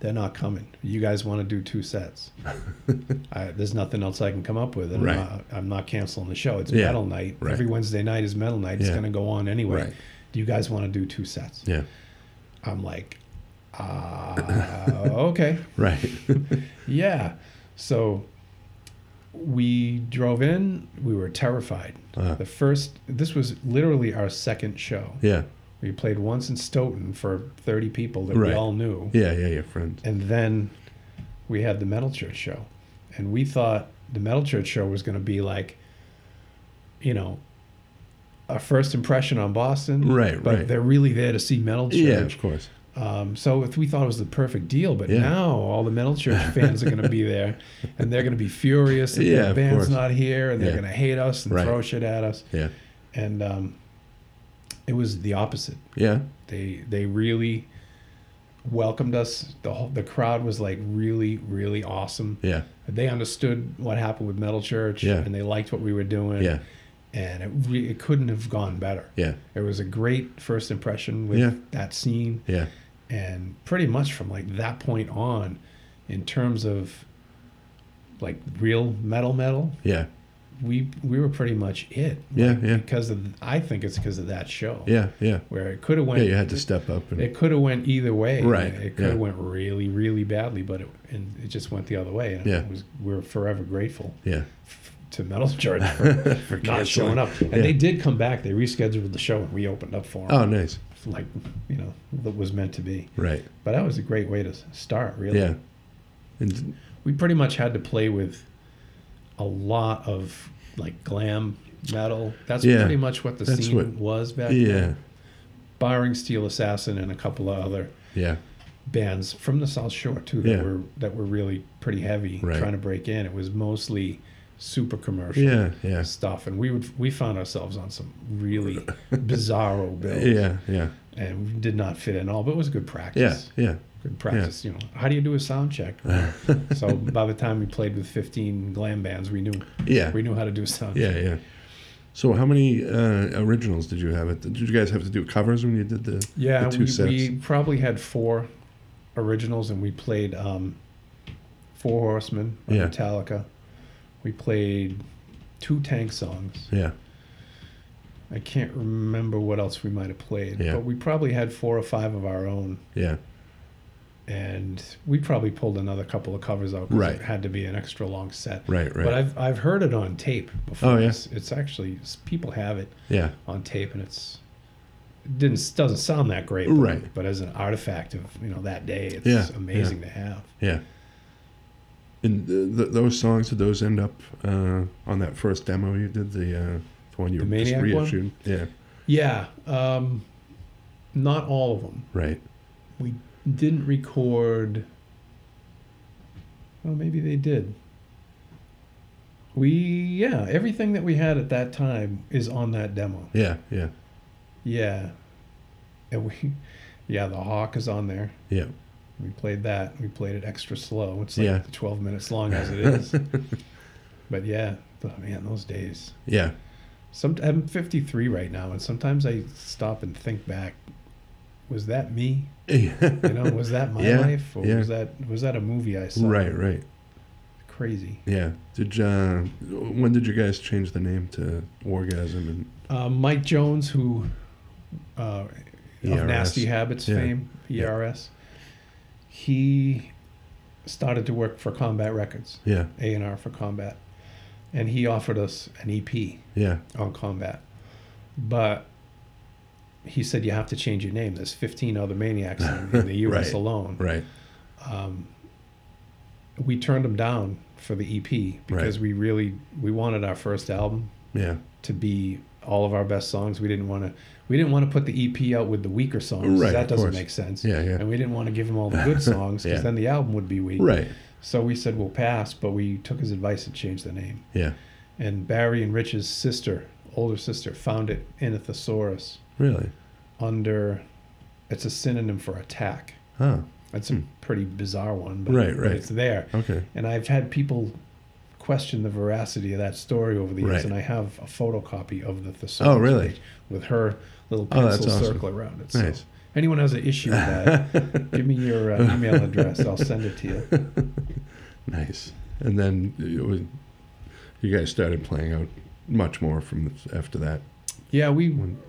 Speaker 2: They're not coming. You guys want to do two sets? I, there's nothing else I can come up with, and
Speaker 3: Right.
Speaker 2: I'm, not, I'm not canceling the show. It's
Speaker 3: Yeah,
Speaker 2: Metal Night.
Speaker 3: right.
Speaker 2: Every Wednesday night is Metal Night. It's
Speaker 3: Yeah.
Speaker 2: going to go on anyway.
Speaker 3: Right.
Speaker 2: Do you guys want to do two sets?
Speaker 3: Yeah.
Speaker 2: I'm like, uh, okay,
Speaker 3: Right.
Speaker 2: yeah. So we drove in. We were terrified.
Speaker 3: Uh,
Speaker 2: The first, this was literally our second show.
Speaker 3: yeah.
Speaker 2: We played once in Stoughton for 30 people that
Speaker 3: Right.
Speaker 2: we all knew.
Speaker 3: Yeah. Yeah. Your friends.
Speaker 2: And then we had the Metal Church show. And we thought the Metal Church show was going to be like, you know, a first impression on Boston.
Speaker 3: Right,
Speaker 2: but
Speaker 3: right.
Speaker 2: they're really there to see Metal Church.
Speaker 3: Yeah. Of course.
Speaker 2: Um, so if we thought it was the perfect deal, but
Speaker 3: Yeah.
Speaker 2: now all the metal church fans are going to be there, and they're going to be furious that
Speaker 3: Yeah,
Speaker 2: their
Speaker 3: of
Speaker 2: band's
Speaker 3: course.
Speaker 2: not here, and they're
Speaker 3: Yeah.
Speaker 2: going to hate us and
Speaker 3: Right.
Speaker 2: throw shit at us.
Speaker 3: Yeah.
Speaker 2: And um, it was the opposite.
Speaker 3: Yeah.
Speaker 2: They they really welcomed us. The whole, the crowd was like really really awesome.
Speaker 3: Yeah.
Speaker 2: They understood what happened with Metal Church,
Speaker 3: Yeah.
Speaker 2: and they liked what we were doing.
Speaker 3: Yeah.
Speaker 2: And it re- it couldn't have gone better.
Speaker 3: Yeah.
Speaker 2: It was a great first impression with
Speaker 3: Yeah.
Speaker 2: that scene
Speaker 3: Yeah.
Speaker 2: and pretty much from like that point on in terms of like real metal metal
Speaker 3: Yeah.
Speaker 2: we we were pretty much it
Speaker 3: Yeah. Yeah.
Speaker 2: because of i think it's because of that show
Speaker 3: Yeah. Yeah.
Speaker 2: where it could have
Speaker 3: Yeah.
Speaker 2: went
Speaker 3: You had to step up and
Speaker 2: it could have went either way
Speaker 3: Right,
Speaker 2: it could have
Speaker 3: yeah.
Speaker 2: went really really badly but it and it just went the other way and
Speaker 3: Yeah.
Speaker 2: it was we're forever grateful
Speaker 3: yeah.
Speaker 2: f- to metal church for
Speaker 3: For
Speaker 2: not showing up and
Speaker 3: Yeah.
Speaker 2: they did come back they rescheduled the show and we opened up for them
Speaker 3: Oh, nice.
Speaker 2: like you know that was meant to be
Speaker 3: Right.
Speaker 2: but that was a great way to s- start really
Speaker 3: Yeah. And
Speaker 2: we pretty much had to play with a lot of like glam metal. That's
Speaker 3: Yeah.
Speaker 2: pretty much what the
Speaker 3: That's
Speaker 2: scene
Speaker 3: what-
Speaker 2: was back
Speaker 3: yeah.
Speaker 2: then. Barring Steel Assassin and a couple of other
Speaker 3: Yeah.
Speaker 2: bands from the South Shore too that
Speaker 3: Yeah.
Speaker 2: were that were really pretty heavy
Speaker 3: Right.
Speaker 2: trying to break in. It was mostly super commercial
Speaker 3: Yeah. Yeah.
Speaker 2: stuff. And we would we found ourselves on some really bizarro bills.
Speaker 3: Yeah. Yeah.
Speaker 2: And we did not fit in all, but it was good practice
Speaker 3: Yeah. Yeah.
Speaker 2: good practice. You know, how do you do a sound check? so by the time we played with 15 glam bands, we knew
Speaker 3: Yeah.
Speaker 2: we knew how to do a sound.
Speaker 3: Yeah,
Speaker 2: check.
Speaker 3: yeah. So how many uh, originals did you have? At the, did you guys have to do covers when you did the
Speaker 2: yeah.
Speaker 3: the two
Speaker 2: we,
Speaker 3: sets?
Speaker 2: we probably had four originals, and we played um, Four Horsemen, by
Speaker 3: Yeah.
Speaker 2: Metallica. We played two tank songs.
Speaker 3: yeah,
Speaker 2: I can't remember what else we might have played,
Speaker 3: Yeah.
Speaker 2: but we probably had four or five of our own.
Speaker 3: yeah,
Speaker 2: And we probably pulled another couple of covers out 'cause
Speaker 3: Right.
Speaker 2: it had to be an extra long set.
Speaker 3: right, right.
Speaker 2: But I've I've heard it on tape before.
Speaker 3: Oh, yeah.
Speaker 2: It's, it's actually it's- people have it
Speaker 3: yeah,
Speaker 2: on tape, and it's it didn't doesn't sound that great, but,
Speaker 3: Right.
Speaker 2: But as an artifact of you know that day, it's
Speaker 3: Yeah,
Speaker 2: amazing to have.
Speaker 3: yeah. And th- th- those songs did those end up uh, on that first demo you did the uh, the one you
Speaker 2: The
Speaker 3: were just
Speaker 2: Maniac one?
Speaker 3: reissued? Yeah,
Speaker 2: Yeah, um, not all of them.
Speaker 3: right.
Speaker 2: We didn't record. Well, maybe they did. We yeah, everything that we had at that time is on that demo.
Speaker 3: Yeah, yeah,
Speaker 2: Yeah, and we yeah the hawk is on there.
Speaker 3: yeah,
Speaker 2: We played that. We played it extra slow. It's like
Speaker 3: Yeah.
Speaker 2: 12 minutes long as it is. but yeah, but man, those days.
Speaker 3: yeah,
Speaker 2: Some I'm 53 right now, and sometimes I stop and think back. Was that me? You know, was that my
Speaker 3: Yeah,
Speaker 2: life, or
Speaker 3: yeah.
Speaker 2: was that was that a movie I saw?
Speaker 3: right, right.
Speaker 2: Crazy.
Speaker 3: Yeah. Did uh, when did you guys change the name to Orgasm and
Speaker 2: Uh, Mike Jones, who uh, of
Speaker 3: ERS.
Speaker 2: Nasty Habits
Speaker 3: E Yeah.
Speaker 2: fame,
Speaker 3: Yeah.
Speaker 2: ERS, he started to work for Combat Records.
Speaker 3: yeah,
Speaker 2: A and R for Combat, and he offered us an E EP
Speaker 3: yeah,
Speaker 2: on Combat, but he said you have to change your name. There's 15 other maniacs in, in the U.S.
Speaker 3: Right.
Speaker 2: alone.
Speaker 3: right,
Speaker 2: Um, we turned him down for the EP because we
Speaker 3: Right.
Speaker 2: really we wanted our first album
Speaker 3: yeah,
Speaker 2: to be all of our best songs. We didn't want to we didn't want to put the EP out with the weaker songs. 'cause
Speaker 3: Right,
Speaker 2: that
Speaker 3: of
Speaker 2: doesn't
Speaker 3: course.
Speaker 2: make sense.
Speaker 3: yeah, yeah,
Speaker 2: And we didn't want to give him all the good songs because
Speaker 3: Yeah.
Speaker 2: then the album would be weak.
Speaker 3: right,
Speaker 2: So we said we'll pass, but we took his advice and changed the name.
Speaker 3: yeah,
Speaker 2: And Barry and Rich's sister, older sister, found it in a thesaurus
Speaker 3: really,
Speaker 2: under. It's a synonym for attack.
Speaker 3: huh?
Speaker 2: It's a pretty bizarre one, but,
Speaker 3: Hmm. Right,
Speaker 2: but
Speaker 3: right.
Speaker 2: it's there.
Speaker 3: Okay,
Speaker 2: And I've had people questioned the veracity of that story over the years,
Speaker 3: Right.
Speaker 2: and I have a photocopy of the thesaurus.
Speaker 3: Oh, really?
Speaker 2: page With her little
Speaker 3: Oh, that's
Speaker 2: pencil
Speaker 3: awesome.
Speaker 2: circle around it.
Speaker 3: Nice.
Speaker 2: So anyone has an issue with that, give me your uh, email address. I'll send it to you.
Speaker 3: Nice. And then it was, you guys started playing out much more from the, after that.
Speaker 2: Yeah, we.
Speaker 3: When-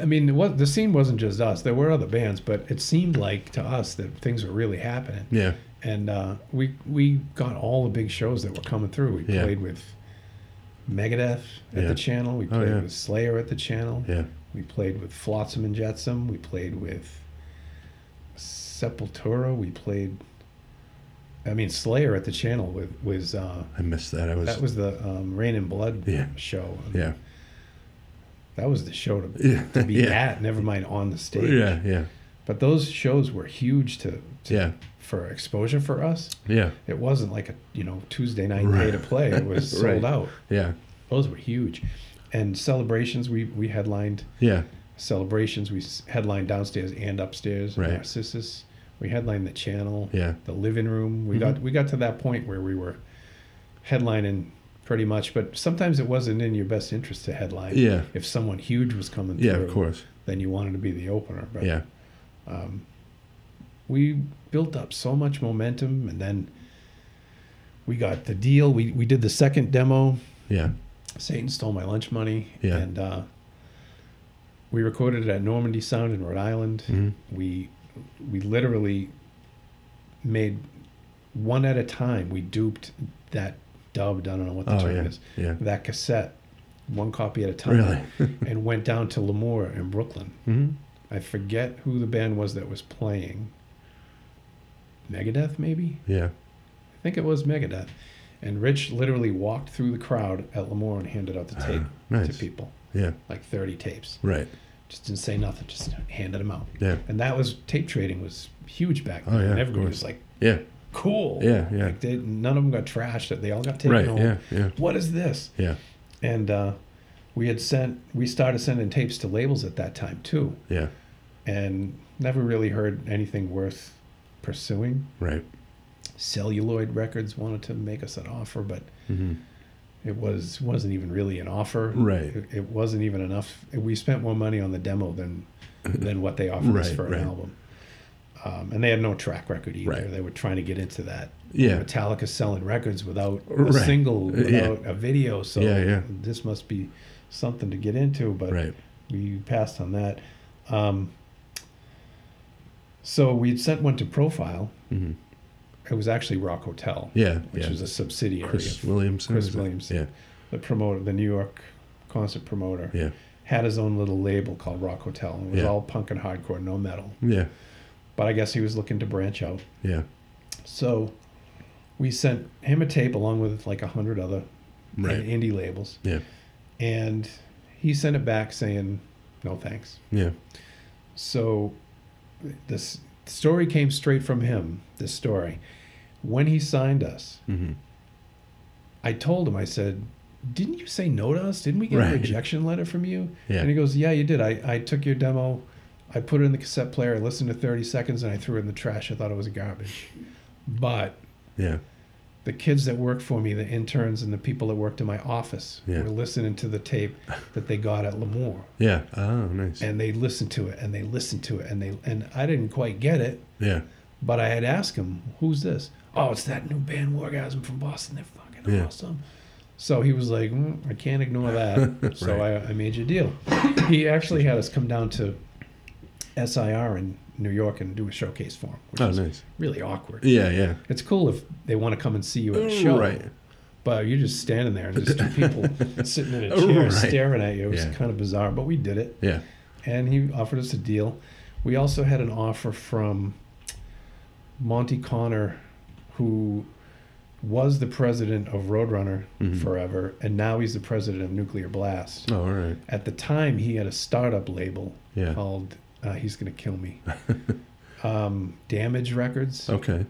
Speaker 2: I mean, it was, the scene wasn't just us. There were other bands, but it seemed like to us that things were really happening.
Speaker 3: Yeah.
Speaker 2: and uh, we we got all the big shows that were coming through. We
Speaker 3: Yeah.
Speaker 2: played with Megadeth at
Speaker 3: Yeah.
Speaker 2: the channel. We
Speaker 3: Oh,
Speaker 2: played
Speaker 3: yeah.
Speaker 2: with Slayer at the channel.
Speaker 3: Yeah.
Speaker 2: We played with Flotsam and Jetsam. We played with Sepultura. We played. I mean, Slayer at the channel with was uh,
Speaker 3: I missed that. I was.
Speaker 2: that was the um, Rain and Blood
Speaker 3: Yeah.
Speaker 2: show.
Speaker 3: yeah.
Speaker 2: That was the show to,
Speaker 3: Yeah.
Speaker 2: to be
Speaker 3: yeah.
Speaker 2: at. Never mind on the stage.
Speaker 3: Yeah. Yeah.
Speaker 2: But those shows were huge to, to
Speaker 3: Yeah.
Speaker 2: for exposure for us.
Speaker 3: Yeah.
Speaker 2: it wasn't like a you know Tuesday night
Speaker 3: Right.
Speaker 2: day to play. It was sold
Speaker 3: Right.
Speaker 2: out.
Speaker 3: Yeah.
Speaker 2: Those were huge, and celebrations we we headlined
Speaker 3: Yeah.
Speaker 2: celebrations we s- headlined downstairs and upstairs. in
Speaker 3: Right.
Speaker 2: Narcissus. We headlined the channel.
Speaker 3: Yeah. Mm-hmm.
Speaker 2: The living room. We got we got to that point where we were headlining pretty much, but sometimes it wasn't in your best interest to headline.
Speaker 3: Yeah.
Speaker 2: If someone huge was coming
Speaker 3: Yeah.
Speaker 2: through,
Speaker 3: Of course.
Speaker 2: then you wanted to be the opener. But um,
Speaker 3: Yeah.
Speaker 2: we built up so much momentum and then we got the deal we, we did the second demo
Speaker 3: Yeah.
Speaker 2: satan stole my lunch money
Speaker 3: Yeah.
Speaker 2: and uh, we recorded it at normandy sound in rhode island
Speaker 3: Mhm.
Speaker 2: we we literally made one at a time we duped that dubbed i don't know what the
Speaker 3: Oh,
Speaker 2: term
Speaker 3: yeah.
Speaker 2: is
Speaker 3: Yeah.
Speaker 2: that cassette one copy at a time
Speaker 3: Really?
Speaker 2: and went down to lemoore in brooklyn
Speaker 3: hmm
Speaker 2: I forget who the band was that was playing. Megadeth, maybe?
Speaker 3: Yeah.
Speaker 2: I think it was Megadeth. And Rich literally walked through the crowd at Lemoore and handed out the tape to
Speaker 3: Ah, Nice.
Speaker 2: people,
Speaker 3: Yeah.
Speaker 2: like 30 tapes.
Speaker 3: Right.
Speaker 2: Just didn't say nothing, just handed them out.
Speaker 3: Yeah.
Speaker 2: And that was tape trading was huge back then.
Speaker 3: Oh, yeah,
Speaker 2: and
Speaker 3: of
Speaker 2: everybody
Speaker 3: course.
Speaker 2: was like,
Speaker 3: Yeah.
Speaker 2: cool.
Speaker 3: Yeah, yeah.
Speaker 2: Like they, none of them got trashed. They all got taken
Speaker 3: Right.
Speaker 2: home.
Speaker 3: Yeah. Yeah.
Speaker 2: What is this?
Speaker 3: Yeah.
Speaker 2: And uh, we had sent, we started sending tapes to labels at that time too.
Speaker 3: Yeah.
Speaker 2: and never really heard anything worth pursuing.
Speaker 3: Right.
Speaker 2: Celluloid Records wanted to make us an offer, but
Speaker 3: hmm
Speaker 2: it was wasn't even really an offer.
Speaker 3: Right.
Speaker 2: It, it wasn't even enough. We spent more money on the demo than than what they offered us
Speaker 3: Right,
Speaker 2: for an
Speaker 3: right.
Speaker 2: album. Um, and they had no track record either.
Speaker 3: Right.
Speaker 2: They were trying to get into that.
Speaker 3: Yeah.
Speaker 2: Metallica selling records without a
Speaker 3: Right.
Speaker 2: single,
Speaker 3: Uh, yeah.
Speaker 2: without a video. So
Speaker 3: Yeah, yeah.
Speaker 2: this must be something to get into. But
Speaker 3: Right.
Speaker 2: we passed on that. Um, so we had sent one to Profile.
Speaker 3: hmm
Speaker 2: It was actually Rock Hotel,
Speaker 3: Yeah.
Speaker 2: which
Speaker 3: yeah.
Speaker 2: is a subsidiary
Speaker 3: Chris
Speaker 2: of
Speaker 3: Williamson.
Speaker 2: Chris
Speaker 3: is it?
Speaker 2: Williamson.
Speaker 3: Yeah.
Speaker 2: the promoter, the New York concert promoter.
Speaker 3: Yeah.
Speaker 2: Had his own little label called Rock Hotel, and it was
Speaker 3: Yeah.
Speaker 2: all punk and hardcore, no metal.
Speaker 3: Yeah.
Speaker 2: But I guess he was looking to branch out.
Speaker 3: Yeah.
Speaker 2: So we sent him a tape along with like a hundred other
Speaker 3: Right.
Speaker 2: indie labels,
Speaker 3: Yeah.
Speaker 2: and he sent it back saying, "No thanks."
Speaker 3: Yeah.
Speaker 2: So this story came straight from him, this story. When he signed us,
Speaker 3: hmm
Speaker 2: I told him, I said, Didn't you say no to us? Didn't we get
Speaker 3: Right.
Speaker 2: a rejection letter from you?
Speaker 3: Yeah.
Speaker 2: And he goes, Yeah, you did. I, I took your demo, I put it in the cassette player, I listened to 30 seconds, and I threw it in the trash. I thought it was garbage. But
Speaker 3: Yeah.
Speaker 2: the kids that worked for me, the interns and the people that worked in my office,
Speaker 3: Yeah.
Speaker 2: were listening to the tape that they got at Lemoore.
Speaker 3: Yeah. Oh, nice.
Speaker 2: And they listened to it and they listened to it and they and I didn't quite get it.
Speaker 3: yeah. Oh,
Speaker 2: But I had asked him, "Who's this?" Oh, it's that new band Wargasm from Boston. They're fucking
Speaker 3: Yeah.
Speaker 2: awesome. So he was like, "Mm, "I can't ignore that." So I, I made you a deal. He actually had us come down to SIR in New York and do a showcase for him, which
Speaker 3: Oh,
Speaker 2: is
Speaker 3: nice.
Speaker 2: really awkward.
Speaker 3: Yeah. Yeah.
Speaker 2: It's cool if they want to come and see you at a show,
Speaker 3: Mm, Right.
Speaker 2: but you're just standing there and just two people sitting in a chair
Speaker 3: Oh, Right.
Speaker 2: staring at you. It was
Speaker 3: Yeah.
Speaker 2: kind of bizarre, but we did it
Speaker 3: Yeah.
Speaker 2: and he offered us a deal. We also had an offer from Monty Connor, who was the president of Roadrunner
Speaker 3: Mm-hmm.
Speaker 2: forever, and now he's the president of Nuclear Blast.
Speaker 3: Oh, all right.
Speaker 2: At the time, he had a startup label
Speaker 3: Yeah.
Speaker 2: called uh, "He's Gonna Kill Me," um, Damage Records.
Speaker 3: Okay.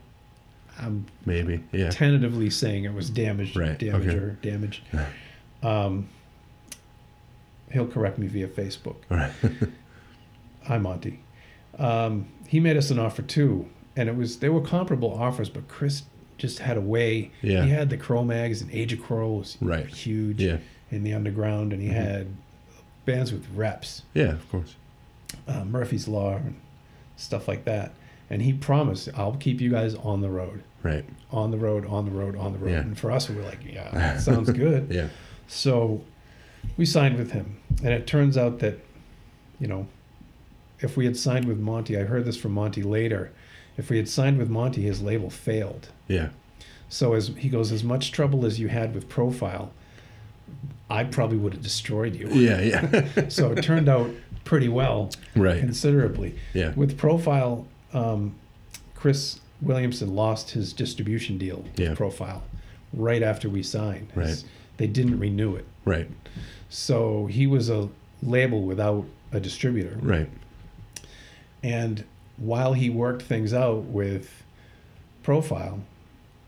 Speaker 2: I'm
Speaker 3: Maybe. Yeah.
Speaker 2: tentatively saying it was Damage,
Speaker 3: Right,
Speaker 2: Damage,
Speaker 3: okay.
Speaker 2: or Damage. Um, he'll correct me via Facebook.
Speaker 3: All right.
Speaker 2: Hi, Monty. Um, he made us an offer too, and it was they were comparable offers, but Chris just had a way.
Speaker 3: Yeah.
Speaker 2: He had the Cro-Mags and Age of Crow was
Speaker 3: Right.
Speaker 2: huge
Speaker 3: Yeah. Mm-hmm.
Speaker 2: in the underground, and he had bands with reps,
Speaker 3: Yeah, of course.
Speaker 2: uh, Murphy's Law, and stuff like that. And he promised, "I'll keep you guys on the road,
Speaker 3: Right.
Speaker 2: on the road, on the road, on the road."
Speaker 3: Yeah.
Speaker 2: And for us, we were like, "Yeah, that sounds good."
Speaker 3: Yeah.
Speaker 2: So we signed with him. And it turns out that, you know, if we had signed with Monty, I heard this from Monty later. If we had signed with Monty, his label failed.
Speaker 3: Yeah.
Speaker 2: So as he goes, as much trouble as you had with Profile, I probably would have destroyed you.
Speaker 3: Yeah. Yeah.
Speaker 2: so it turned out pretty well,
Speaker 3: right.
Speaker 2: considerably.
Speaker 3: Yeah.
Speaker 2: With Profile, um, Chris Williamson lost his distribution deal with
Speaker 3: Yeah.
Speaker 2: Profile right after we signed.
Speaker 3: Right.
Speaker 2: They didn't renew it.
Speaker 3: Right.
Speaker 2: So he was a label without a distributor.
Speaker 3: Right.
Speaker 2: And while he worked things out with Profile,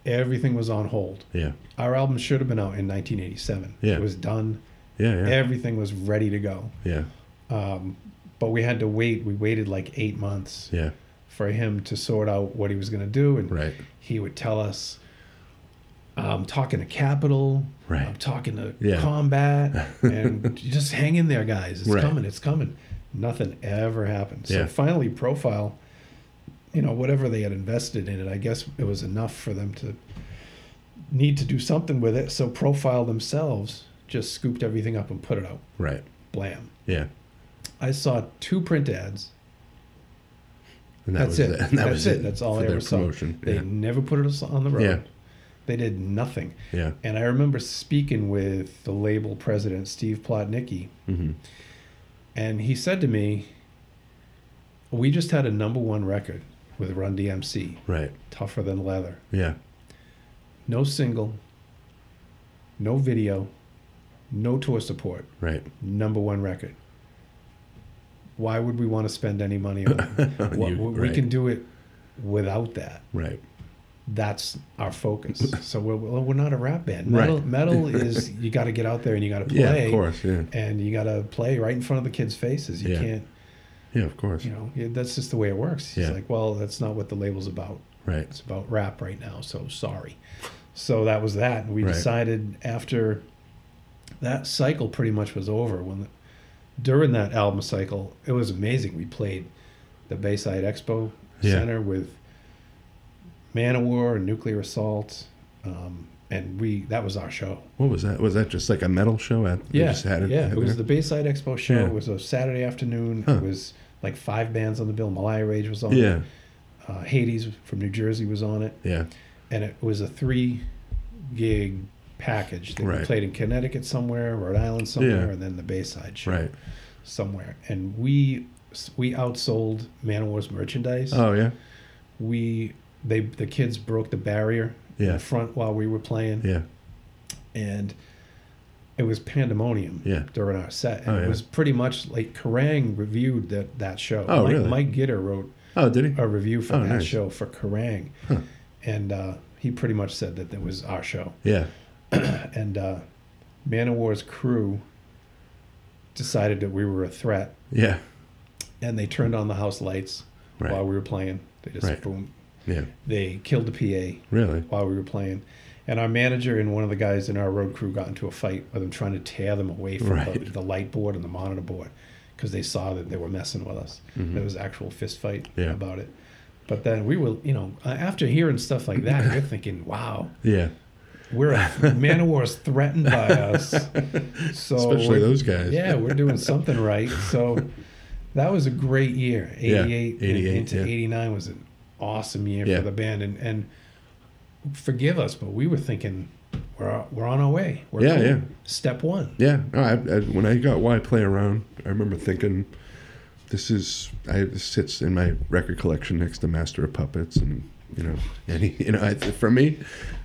Speaker 2: everything was on hold.
Speaker 3: Yeah.
Speaker 2: Our album should have been out in 1987.
Speaker 3: Yeah.
Speaker 2: It was done.
Speaker 3: Yeah. Yeah.
Speaker 2: Everything was ready to go.
Speaker 3: Yeah.
Speaker 2: Um, but we had to wait. We waited like eight months
Speaker 3: Yeah.
Speaker 2: for him to sort out what he was going to do. And
Speaker 3: Right.
Speaker 2: he would tell us, I'm talking to Capital.
Speaker 3: Right.
Speaker 2: I'm talking to
Speaker 3: Yeah.
Speaker 2: Combat. And just hang in there, guys. It's
Speaker 3: Right.
Speaker 2: coming. It's coming. Nothing ever happened. So
Speaker 3: Yeah.
Speaker 2: finally, Profile, you know, whatever they had invested in it, I guess it was enough for them to need to do something with it. So Profile themselves just scooped everything up and put it out.
Speaker 3: Right.
Speaker 2: Blam.
Speaker 3: Yeah.
Speaker 2: I saw two print ads
Speaker 3: And
Speaker 2: That's it.
Speaker 3: And that
Speaker 2: That's
Speaker 3: was
Speaker 2: it. That's all
Speaker 3: for
Speaker 2: I
Speaker 3: their
Speaker 2: ever saw.
Speaker 3: promotion.
Speaker 2: They never put us on the road.
Speaker 3: Yeah.
Speaker 2: They did nothing.
Speaker 3: Yeah.
Speaker 2: And I remember speaking with the label president, Steve Plotnicki,
Speaker 3: Yeah. hmm
Speaker 2: and he said to me, We just had a number one record with Run DMC,
Speaker 3: Right.
Speaker 2: Tougher Than Leather.
Speaker 3: Yeah.
Speaker 2: No single, no video, no tour support,
Speaker 3: Right.
Speaker 2: number one record. Why would we want to spend any money on it? What-
Speaker 3: You-
Speaker 2: we
Speaker 3: right.
Speaker 2: can do it without that.
Speaker 3: Right.
Speaker 2: that's our focus. so we're, we're we're not a rap band.
Speaker 3: Right.
Speaker 2: Metal, metal is you got to get out there and you got to
Speaker 3: Yeah.
Speaker 2: play,
Speaker 3: Of course. Yeah.
Speaker 2: and you got to play right in front of the kids' faces. You
Speaker 3: Yeah.
Speaker 2: can't,
Speaker 3: Yeah. Of course.
Speaker 2: you know, yeah, that's just the way it works. He's
Speaker 3: Yeah.
Speaker 2: like, well, that's not what the label's about.
Speaker 3: Right.
Speaker 2: It's about rap right now. So sorry. So that was that. We
Speaker 3: Right.
Speaker 2: decided after that cycle pretty much was over. When the, during that album cycle, it was amazing. We played the Bayside Expo
Speaker 3: Yeah.
Speaker 2: Center with Man of War and Nuclear Assault, um, and we that was our show.
Speaker 3: What was that? Was that just like a metal show? At, they
Speaker 2: Yeah,
Speaker 3: Just had it,
Speaker 2: yeah.
Speaker 3: had
Speaker 2: It was
Speaker 3: there?
Speaker 2: the Bayside Expo show.
Speaker 3: Yeah.
Speaker 2: It was a Saturday afternoon.
Speaker 3: Huh.
Speaker 2: It was like five bands on the bill. Malaya Rage was on.
Speaker 3: Yeah.
Speaker 2: it. Uh, Hades from New Jersey was on it
Speaker 3: Yeah.
Speaker 2: and it was a three gig package that
Speaker 3: Right.
Speaker 2: we played in Connecticut somewhere, Rhode Island somewhere,
Speaker 3: Yeah.
Speaker 2: and then the Bayside show
Speaker 3: Right.
Speaker 2: somewhere. And we we outsold Manowar's merchandise.
Speaker 3: Oh yeah.
Speaker 2: We they the kids broke the barrier in
Speaker 3: Yeah.
Speaker 2: the front while we were playing,
Speaker 3: Yeah.
Speaker 2: and it was pandemonium
Speaker 3: Yeah.
Speaker 2: during our set. And
Speaker 3: Oh,
Speaker 2: it
Speaker 3: yeah.
Speaker 2: was pretty much like Kerrang reviewed that that show.
Speaker 3: Oh,
Speaker 2: Mike,
Speaker 3: really?
Speaker 2: Mike Gitter wrote
Speaker 3: Oh, did he?
Speaker 2: a review for
Speaker 3: Oh,
Speaker 2: that
Speaker 3: nice.
Speaker 2: show for Kerrang, and uh, he pretty much said that that was our show.
Speaker 3: Yeah.
Speaker 2: and uh, Man of War's crew decided that we were a threat,
Speaker 3: Yeah.
Speaker 2: and they turned on the house lights
Speaker 3: Right.
Speaker 2: while we were playing. They just
Speaker 3: Right.
Speaker 2: boom.
Speaker 3: Yeah.
Speaker 2: They killed the PA
Speaker 3: Really.
Speaker 2: while we were playing, and our manager and one of the guys in our road crew got into a fight with them, trying to tear them away from the,
Speaker 3: Right.
Speaker 2: the light board and the monitor board because they saw that they were messing with us. There was actual fist fight
Speaker 3: Mm-hmm. Yeah.
Speaker 2: about it. But then we were, you know, uh, after hearing stuff like that, you're thinking, wow,
Speaker 3: Mm-hmm. Yeah.
Speaker 2: we're a, man of war is threatened by us. So
Speaker 3: Especially
Speaker 2: we're-
Speaker 3: those guys.
Speaker 2: Yeah, we're doing something right. So that was a great year.
Speaker 3: Yeah,
Speaker 2: 88, and
Speaker 3: 88,
Speaker 2: into
Speaker 3: yeah.
Speaker 2: 89 was an awesome year
Speaker 3: Yeah.
Speaker 2: for the band. And, and forgive us, but we were thinking we're, we're on our way. We're
Speaker 3: Yeah,
Speaker 2: going.
Speaker 3: yeah.
Speaker 2: Step one.
Speaker 3: Yeah, no, I, I, when I got Why Play Around, I remember thinking, this is, I, this sits in my record collection next to Master of Puppets and, you know, any, you know, I, for me,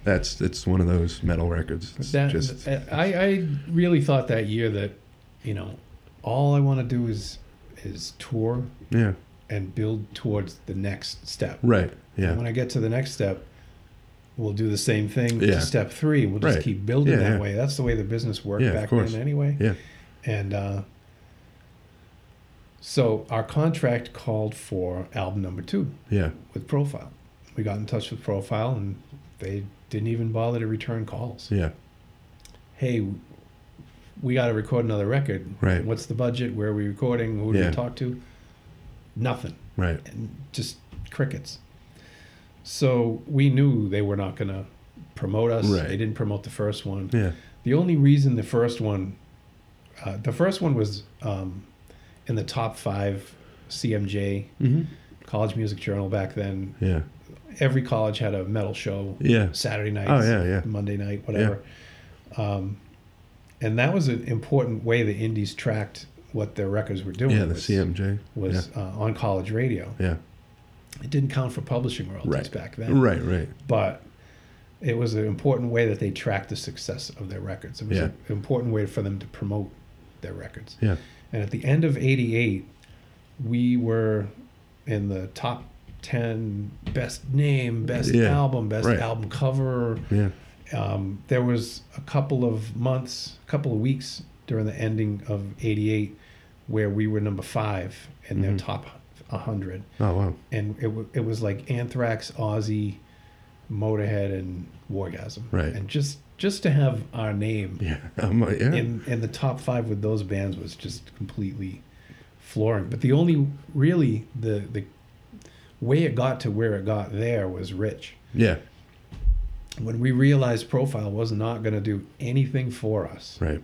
Speaker 3: that's, it's one of those metal records. It's
Speaker 2: That,
Speaker 3: just,
Speaker 2: I, I really thought that year that, you know, all I want to do is is tour
Speaker 3: yeah,
Speaker 2: and build towards the next step.
Speaker 3: right,
Speaker 2: And
Speaker 3: yeah,
Speaker 2: when I get to the next step, we'll do the same thing
Speaker 3: Yeah.
Speaker 2: to step three. We'll just
Speaker 3: Right.
Speaker 2: keep building
Speaker 3: Yeah,
Speaker 2: that
Speaker 3: yeah.
Speaker 2: way. That's the way the business worked
Speaker 3: Yeah, of
Speaker 2: back
Speaker 3: course.
Speaker 2: then, anyway.
Speaker 3: yeah,
Speaker 2: And uh, so our contract called for album number two
Speaker 3: yeah,
Speaker 2: with Profile. We got in touch with Profile, and they didn't even bother to return calls.
Speaker 3: Yeah.
Speaker 2: Hey, we got to record another record.
Speaker 3: Right.
Speaker 2: What's the budget? Where are we recording? Who do
Speaker 3: Yeah.
Speaker 2: we talk to? Nothing.
Speaker 3: Right.
Speaker 2: And just crickets. So we knew they were not going to promote us.
Speaker 3: Right.
Speaker 2: They didn't promote the first one.
Speaker 3: Yeah.
Speaker 2: The only reason the first one, uh, the first one was um, in the top five CMJ
Speaker 3: Mm-hmm.
Speaker 2: College Music Journal back then.
Speaker 3: Yeah.
Speaker 2: Every college had a metal show
Speaker 3: Yeah.
Speaker 2: Saturday nights,
Speaker 3: Oh yeah. Yeah.
Speaker 2: Monday night, whatever. Um, and that was an important way the indies tracked what their records were doing.
Speaker 3: Yeah. The
Speaker 2: was,
Speaker 3: CMJ.
Speaker 2: was uh, on college radio.
Speaker 3: Yeah.
Speaker 2: It didn't count for publishing royalties
Speaker 3: Right.
Speaker 2: back then,
Speaker 3: Right. Right.
Speaker 2: but it was an important way that they tracked the success of their records. It was
Speaker 3: Yeah.
Speaker 2: an important way for them to promote their records.
Speaker 3: Yeah.
Speaker 2: And at the end of 88, we were in the top 10 best name, best
Speaker 3: Yeah,
Speaker 2: album, best
Speaker 3: right.
Speaker 2: album cover.
Speaker 3: Yeah.
Speaker 2: Um, there was a couple of months, a couple of weeks during the ending of 88 where we were number five in their
Speaker 3: Mhm.
Speaker 2: top 100.
Speaker 3: Oh wow.
Speaker 2: And it, wa- it was like Anthrax, Ozzy, Motorhead, and Wargasm.
Speaker 3: Right.
Speaker 2: And just, just to have our name
Speaker 3: Yeah. I'm like, yeah.
Speaker 2: in in the top five with those bands was just completely flooring. But the only really the the way it got to where it got there was Rich.
Speaker 3: yeah.
Speaker 2: When we realized Profile was not going to do anything for us,
Speaker 3: Right.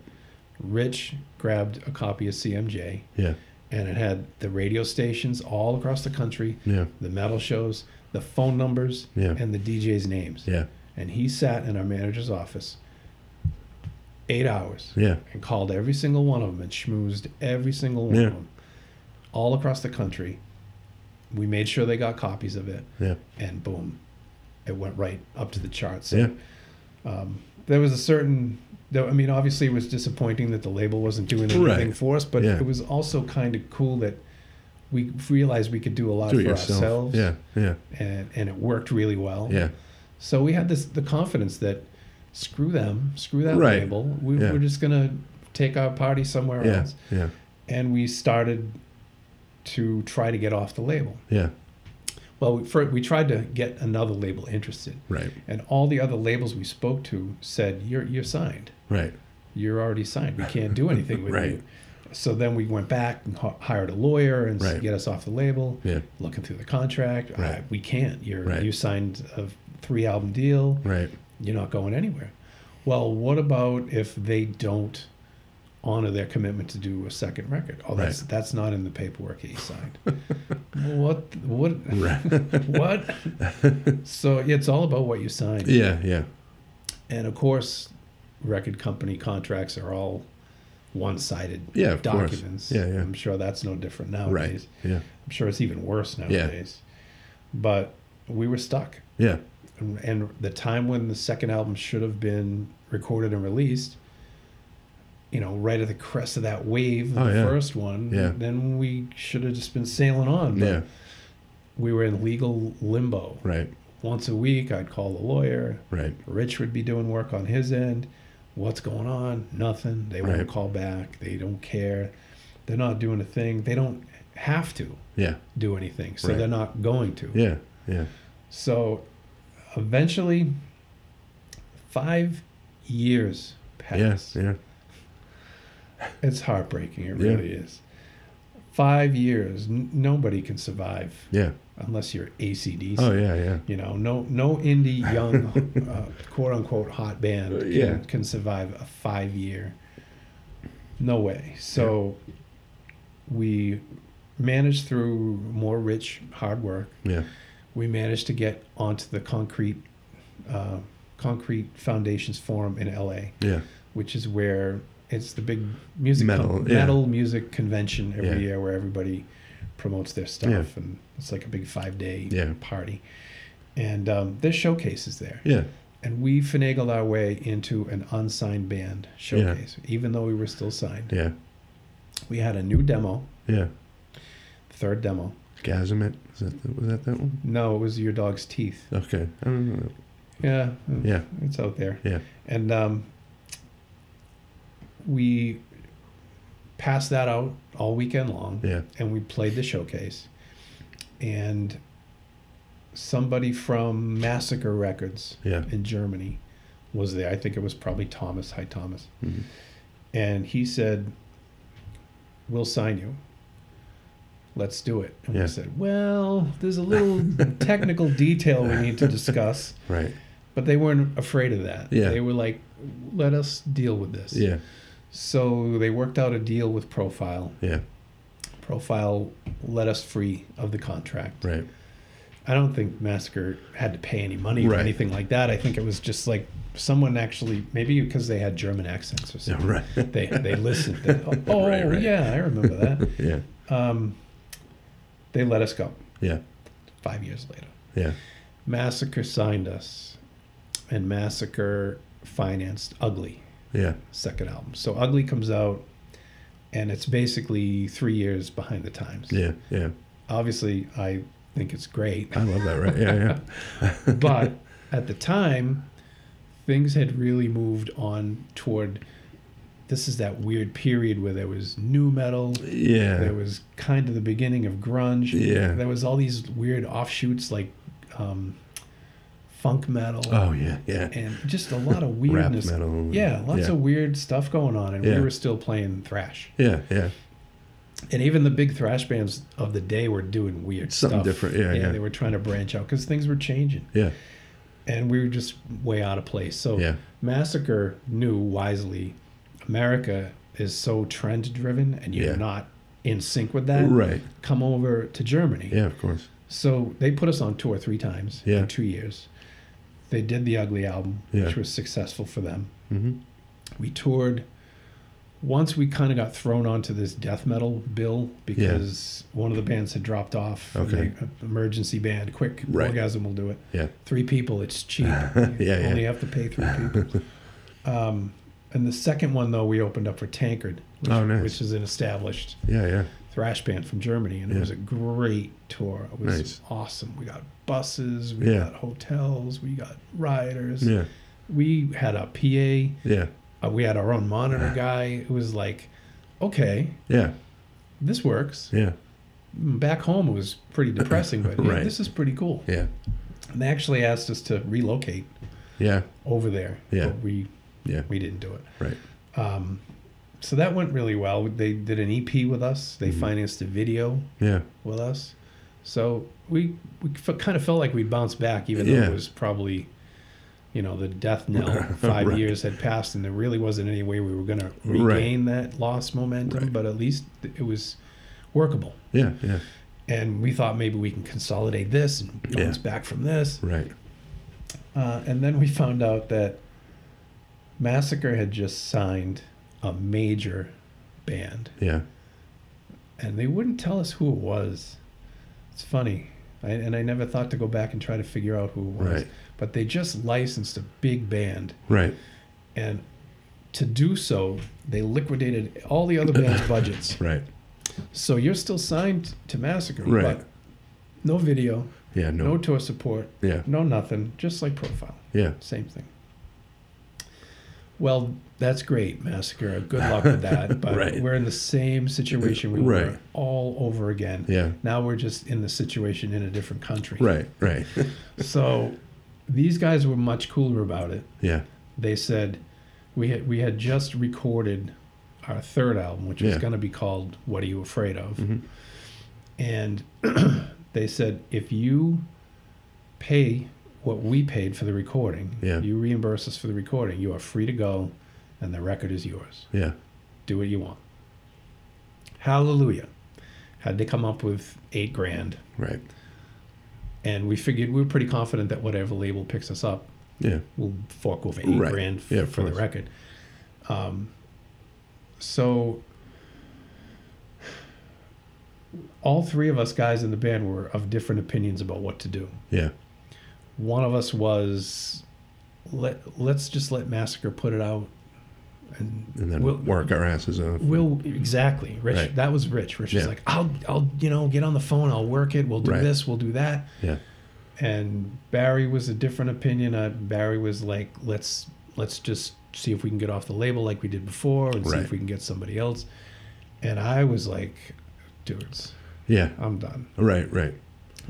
Speaker 2: Rich grabbed a copy of CMJ
Speaker 3: Yeah.
Speaker 2: and it had the radio stations all across the country,
Speaker 3: Yeah.
Speaker 2: the metal shows, the phone numbers,
Speaker 3: Yeah.
Speaker 2: and the DJs' names.
Speaker 3: Yeah.
Speaker 2: And he sat in our manager's office eight hours
Speaker 3: Yeah.
Speaker 2: and called every single one of them and schmoozed every single one
Speaker 3: Yeah.
Speaker 2: of them all across the country. We made sure they got copies of it,
Speaker 3: Yeah.
Speaker 2: and boom, it went right up to the charts.
Speaker 3: Yeah.
Speaker 2: um, there was a certain. Though, I mean, obviously, it was disappointing that the label wasn't doing anything
Speaker 3: Right.
Speaker 2: for us, but
Speaker 3: Yeah.
Speaker 2: it was also kind of cool that we realized we could do a lot
Speaker 3: Do it
Speaker 2: for
Speaker 3: yourself.
Speaker 2: ourselves,
Speaker 3: Yeah. Yeah.
Speaker 2: and and it worked really well.
Speaker 3: Yeah.
Speaker 2: So we had this the confidence that screw them, screw that
Speaker 3: Right.
Speaker 2: label. We,
Speaker 3: Yeah.
Speaker 2: We're just gonna take our party somewhere
Speaker 3: Yeah.
Speaker 2: else.
Speaker 3: Yeah.
Speaker 2: And we started to try to get off the label.
Speaker 3: Yeah.
Speaker 2: Well, we, for, we tried to get another label interested,
Speaker 3: Right.
Speaker 2: and all the other labels we spoke to said, "You're you're signed.
Speaker 3: Right.
Speaker 2: You're already signed. We can't do anything with
Speaker 3: Right.
Speaker 2: you." So then we went back and h- hired a lawyer and s-
Speaker 3: Right.
Speaker 2: get us off the label.
Speaker 3: Yeah.
Speaker 2: Looking through the contract, "Ah,
Speaker 3: Right.
Speaker 2: we can't. You're
Speaker 3: Right.
Speaker 2: you signed a three album deal
Speaker 3: Right.
Speaker 2: you're not going anywhere. Well, what about if they don't honor their commitment to do a second record? Oh, that's that's not in the paperwork he signed. Well, what what
Speaker 3: Right.
Speaker 2: what? so it's all about what you sign.
Speaker 3: yeah. Yeah.
Speaker 2: And of course, record company contracts are all one-sided
Speaker 3: Yeah, of course.
Speaker 2: documents.
Speaker 3: Yeah, yeah.
Speaker 2: I'm sure that's no different nowadays.
Speaker 3: Right. Yeah.
Speaker 2: I'm sure it's even worse nowadays. But we were stuck
Speaker 3: Yeah.
Speaker 2: and, and the time when the second album should have been recorded and released you know right at the crest of that wave of
Speaker 3: Oh,
Speaker 2: the
Speaker 3: yeah.
Speaker 2: first one
Speaker 3: Yeah.
Speaker 2: then we should have just been sailing on but
Speaker 3: Yeah.
Speaker 2: we were in legal limbo
Speaker 3: Right.
Speaker 2: once a week i'd call the lawyer
Speaker 3: Right.
Speaker 2: rich would be doing work on his end what's going on nothing they
Speaker 3: Right.
Speaker 2: won't call back they don't care they're not doing a thing they don't have to
Speaker 3: Yeah.
Speaker 2: do anything so
Speaker 3: Right.
Speaker 2: they're not going to
Speaker 3: Yeah. Yeah.
Speaker 2: so eventually, five years
Speaker 3: Yes.
Speaker 2: pass.
Speaker 3: Yeah.
Speaker 2: It's heartbreaking. It
Speaker 3: Yeah.
Speaker 2: really is. Five years. N- nobody can survive
Speaker 3: Yeah.
Speaker 2: unless you're ACDC.
Speaker 3: Oh yeah. Yeah.
Speaker 2: You know, no no indie young, uh, quote unquote, hot band
Speaker 3: Uh,
Speaker 2: can,
Speaker 3: yeah.
Speaker 2: can survive a five year. No way. So we managed through more rich, hard work.
Speaker 3: Yeah.
Speaker 2: we managed to get onto the concrete uh, concrete foundations forum in LA,
Speaker 3: Yeah.
Speaker 2: which is where it's the big music
Speaker 3: Metal,
Speaker 2: con-
Speaker 3: yeah.
Speaker 2: metal music convention every
Speaker 3: Yeah.
Speaker 2: year where everybody promotes their stuff and it's like a big five day
Speaker 3: Yeah.
Speaker 2: party. And um, there's showcases there,
Speaker 3: Yeah.
Speaker 2: and we finagled our way into an unsigned band showcase, even though we were still signed.
Speaker 3: Yeah.
Speaker 2: We had a new demo,
Speaker 3: Yeah.
Speaker 2: third demo.
Speaker 3: Gasmet. Is that the, was that that one?
Speaker 2: No, it was your dog's teeth.
Speaker 3: Okay. I don't know.
Speaker 2: Yeah,
Speaker 3: Yeah.
Speaker 2: it's out there.
Speaker 3: Yeah.
Speaker 2: And um, we passed that out all weekend long,
Speaker 3: Yeah.
Speaker 2: and we played the showcase. And somebody from Massacre Records
Speaker 3: Yeah.
Speaker 2: in Germany was there. I think it was probably Thomas. Hi, Thomas.
Speaker 3: Mhm.
Speaker 2: And he said, "We'll sign you. Let's do it." And
Speaker 3: Yeah.
Speaker 2: we said, "Well, there's a little technical detail we need to discuss."
Speaker 3: Right.
Speaker 2: But they weren't afraid of that.
Speaker 3: Yeah.
Speaker 2: They were like, "Let us deal with this."
Speaker 3: Yeah.
Speaker 2: So they worked out a deal with Profile.
Speaker 3: Yeah.
Speaker 2: Profile let us free of the contract.
Speaker 3: Right.
Speaker 2: I don't think Massacre had to pay any money or
Speaker 3: Right.
Speaker 2: anything like that. I think it was just like someone actually, maybe because they had German accents or something.
Speaker 3: Right.
Speaker 2: They, they listened. They, oh,
Speaker 3: Right, right.
Speaker 2: yeah, I remember that.
Speaker 3: yeah.
Speaker 2: Um, they let us go
Speaker 3: Yeah.
Speaker 2: five years later.
Speaker 3: Yeah.
Speaker 2: Massacre signed us, and Massacre financed Ugly,
Speaker 3: Yeah.
Speaker 2: second album. So Ugly comes out, and it's basically three years behind the times.
Speaker 3: Yeah. Yeah.
Speaker 2: Obviously, I think it's great.
Speaker 3: I love that. Right. Yeah. Yeah.
Speaker 2: but at the time, things had really moved on toward. This is that weird period where there was new metal. There
Speaker 3: Yeah.
Speaker 2: was kind of the beginning of grunge.
Speaker 3: Yeah.
Speaker 2: There was all these weird offshoots like um, funk metal
Speaker 3: Oh yeah. Yeah.
Speaker 2: and just a lot of
Speaker 3: Rap
Speaker 2: weirdness.
Speaker 3: metal. and-
Speaker 2: Yeah, lots
Speaker 3: yeah.
Speaker 2: of weird stuff going on, and
Speaker 3: Yeah.
Speaker 2: we were still playing thrash.
Speaker 3: Yeah. Yeah.
Speaker 2: And even the big thrash bands of the day were doing weird
Speaker 3: Something
Speaker 2: stuff.
Speaker 3: different, yeah, yeah.
Speaker 2: They were trying to branch out because things were changing
Speaker 3: Yeah.
Speaker 2: and we were just way out of place. So
Speaker 3: Yeah.
Speaker 2: Massacre knew wisely America is so trend driven and you're
Speaker 3: Yeah.
Speaker 2: not in sync with that.
Speaker 3: Right.
Speaker 2: Come over to Germany.
Speaker 3: Yeah. Of course.
Speaker 2: So they put us on tour three times
Speaker 3: Yeah.
Speaker 2: in two years. They did the Ugly album,
Speaker 3: Yeah.
Speaker 2: which was successful for them.
Speaker 3: Mhm.
Speaker 2: We toured. Once we kind of got thrown onto this death metal bill because one of the bands had dropped off. and
Speaker 3: Okay.
Speaker 2: they- emergency band, quick
Speaker 3: Right.
Speaker 2: orgasm will do it
Speaker 3: Yeah.
Speaker 2: three people it's cheap you
Speaker 3: yeah.
Speaker 2: only have to pay three people um, and the second one though we opened up for tankard which,
Speaker 3: Oh, nice.
Speaker 2: which is an established
Speaker 3: Yeah. Yeah.
Speaker 2: thrash band from germany and
Speaker 3: Yeah.
Speaker 2: it was a great tour it was
Speaker 3: Nice.
Speaker 2: awesome we got buses we
Speaker 3: Yeah.
Speaker 2: got hotels we got riders
Speaker 3: Yeah.
Speaker 2: we had a pa
Speaker 3: Yeah.
Speaker 2: uh, we had our own
Speaker 3: Ah.
Speaker 2: monitor guy it was like okay
Speaker 3: Yeah.
Speaker 2: this works
Speaker 3: Yeah.
Speaker 2: back home it was pretty depressing but yeah,
Speaker 3: Right.
Speaker 2: this is pretty cool
Speaker 3: Yeah.
Speaker 2: and they actually asked us to relocate
Speaker 3: Yeah.
Speaker 2: over there.
Speaker 3: Yeah.
Speaker 2: But we
Speaker 3: Yeah.
Speaker 2: we didn't do it.
Speaker 3: Right.
Speaker 2: Um, so that went really well. They did an EP with us.
Speaker 3: Mm-hmm.
Speaker 2: They financed a video
Speaker 3: Yeah.
Speaker 2: with us. So we we f- kind of felt like we'd bounce back, even though
Speaker 3: Yeah.
Speaker 2: it was probably, you know, the death knell. Five
Speaker 3: Right.
Speaker 2: years had passed, and there really wasn't any way we were going to
Speaker 3: Right.
Speaker 2: regain that lost momentum.
Speaker 3: Right.
Speaker 2: But at least it was workable.
Speaker 3: Yeah. Yeah.
Speaker 2: And we thought maybe we can consolidate this and bounce back from this.
Speaker 3: Right.
Speaker 2: Uh, and then we found out that Massacre had just signed a major band,
Speaker 3: Yeah.
Speaker 2: and they wouldn't tell us who it was. It's funny. I, and I never thought to go back and try to figure out who it was.
Speaker 3: Right.
Speaker 2: But they just licensed a big band.
Speaker 3: Right.
Speaker 2: And to do so, they liquidated all the other band's budgets.
Speaker 3: Right.
Speaker 2: So you're still signed to Massacre,
Speaker 3: Right.
Speaker 2: but no video,
Speaker 3: Yeah. No.
Speaker 2: no tour support,
Speaker 3: yeah.
Speaker 2: no nothing, just like Profile.
Speaker 3: Yeah.
Speaker 2: Same thing. Well, that's great, Massacre. Good luck with that. But
Speaker 3: Right.
Speaker 2: we're in the same situation we
Speaker 3: Right.
Speaker 2: were all over again.
Speaker 3: Yeah.
Speaker 2: Now we're just in the situation in a different country.
Speaker 3: Right. Right.
Speaker 2: So these guys were much cooler about it.
Speaker 3: yeah.
Speaker 2: They said we had, we had just recorded our third album, which was
Speaker 3: Yeah. Mm-hmm.
Speaker 2: going to be called What Are You Afraid Of? And they said if you pay what we paid for the recording,
Speaker 3: Yeah.
Speaker 2: you reimburse us for the recording, you are free to go and the record is yours.
Speaker 3: Yeah.
Speaker 2: Do what you want. Hallelujah. Had they come up with eight grand.
Speaker 3: Right.
Speaker 2: And we figured we were pretty confident that whatever label picks us up,
Speaker 3: Yeah.
Speaker 2: we'll fork over eight
Speaker 3: Right.
Speaker 2: grand f-
Speaker 3: Yeah, of
Speaker 2: for the
Speaker 3: course.
Speaker 2: record. Um, so all three of us guys in the band were of different opinions about what to do.
Speaker 3: Yeah.
Speaker 2: One of us was let let's just let Massacre put it out, and,
Speaker 3: And then
Speaker 2: we'll,
Speaker 3: work our asses off.
Speaker 2: We'll exactly Rich.
Speaker 3: Right.
Speaker 2: That was Rich. Rich
Speaker 3: Yeah.
Speaker 2: was like, I'll I'll you know get on the phone. I'll work it. We'll do
Speaker 3: Right.
Speaker 2: this. We'll do that
Speaker 3: yeah.
Speaker 2: and Barry was a different opinion. Uh, Barry was like, let's let's just see if we can get off the label like we did before, and see
Speaker 3: Right.
Speaker 2: if we can get somebody else. And I was like, dudes,
Speaker 3: Yeah.
Speaker 2: I'm done.
Speaker 3: Right. Right.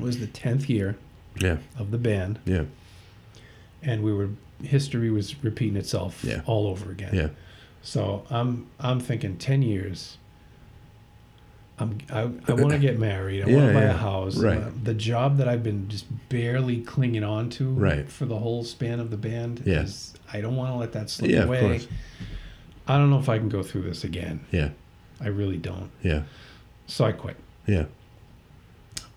Speaker 2: It was the tenth year.
Speaker 3: Yeah.
Speaker 2: of the band,
Speaker 3: Yeah.
Speaker 2: and we were history was repeating itself
Speaker 3: Yeah.
Speaker 2: all over again.
Speaker 3: Yeah.
Speaker 2: So I'm I'm thinking ten years. I'm I, I want to get married. I want
Speaker 3: Yeah,
Speaker 2: to buy a
Speaker 3: yeah,
Speaker 2: house. Uh,
Speaker 3: right.
Speaker 2: The job that I've been just barely clinging on to
Speaker 3: Right.
Speaker 2: for the whole span of the band.
Speaker 3: Yeah.
Speaker 2: Is, I don't want to let that slip
Speaker 3: Yeah. Of
Speaker 2: away.
Speaker 3: course.
Speaker 2: I don't know if I can go through this again.
Speaker 3: Yeah.
Speaker 2: I really don't.
Speaker 3: Yeah.
Speaker 2: So I quit.
Speaker 3: Yeah.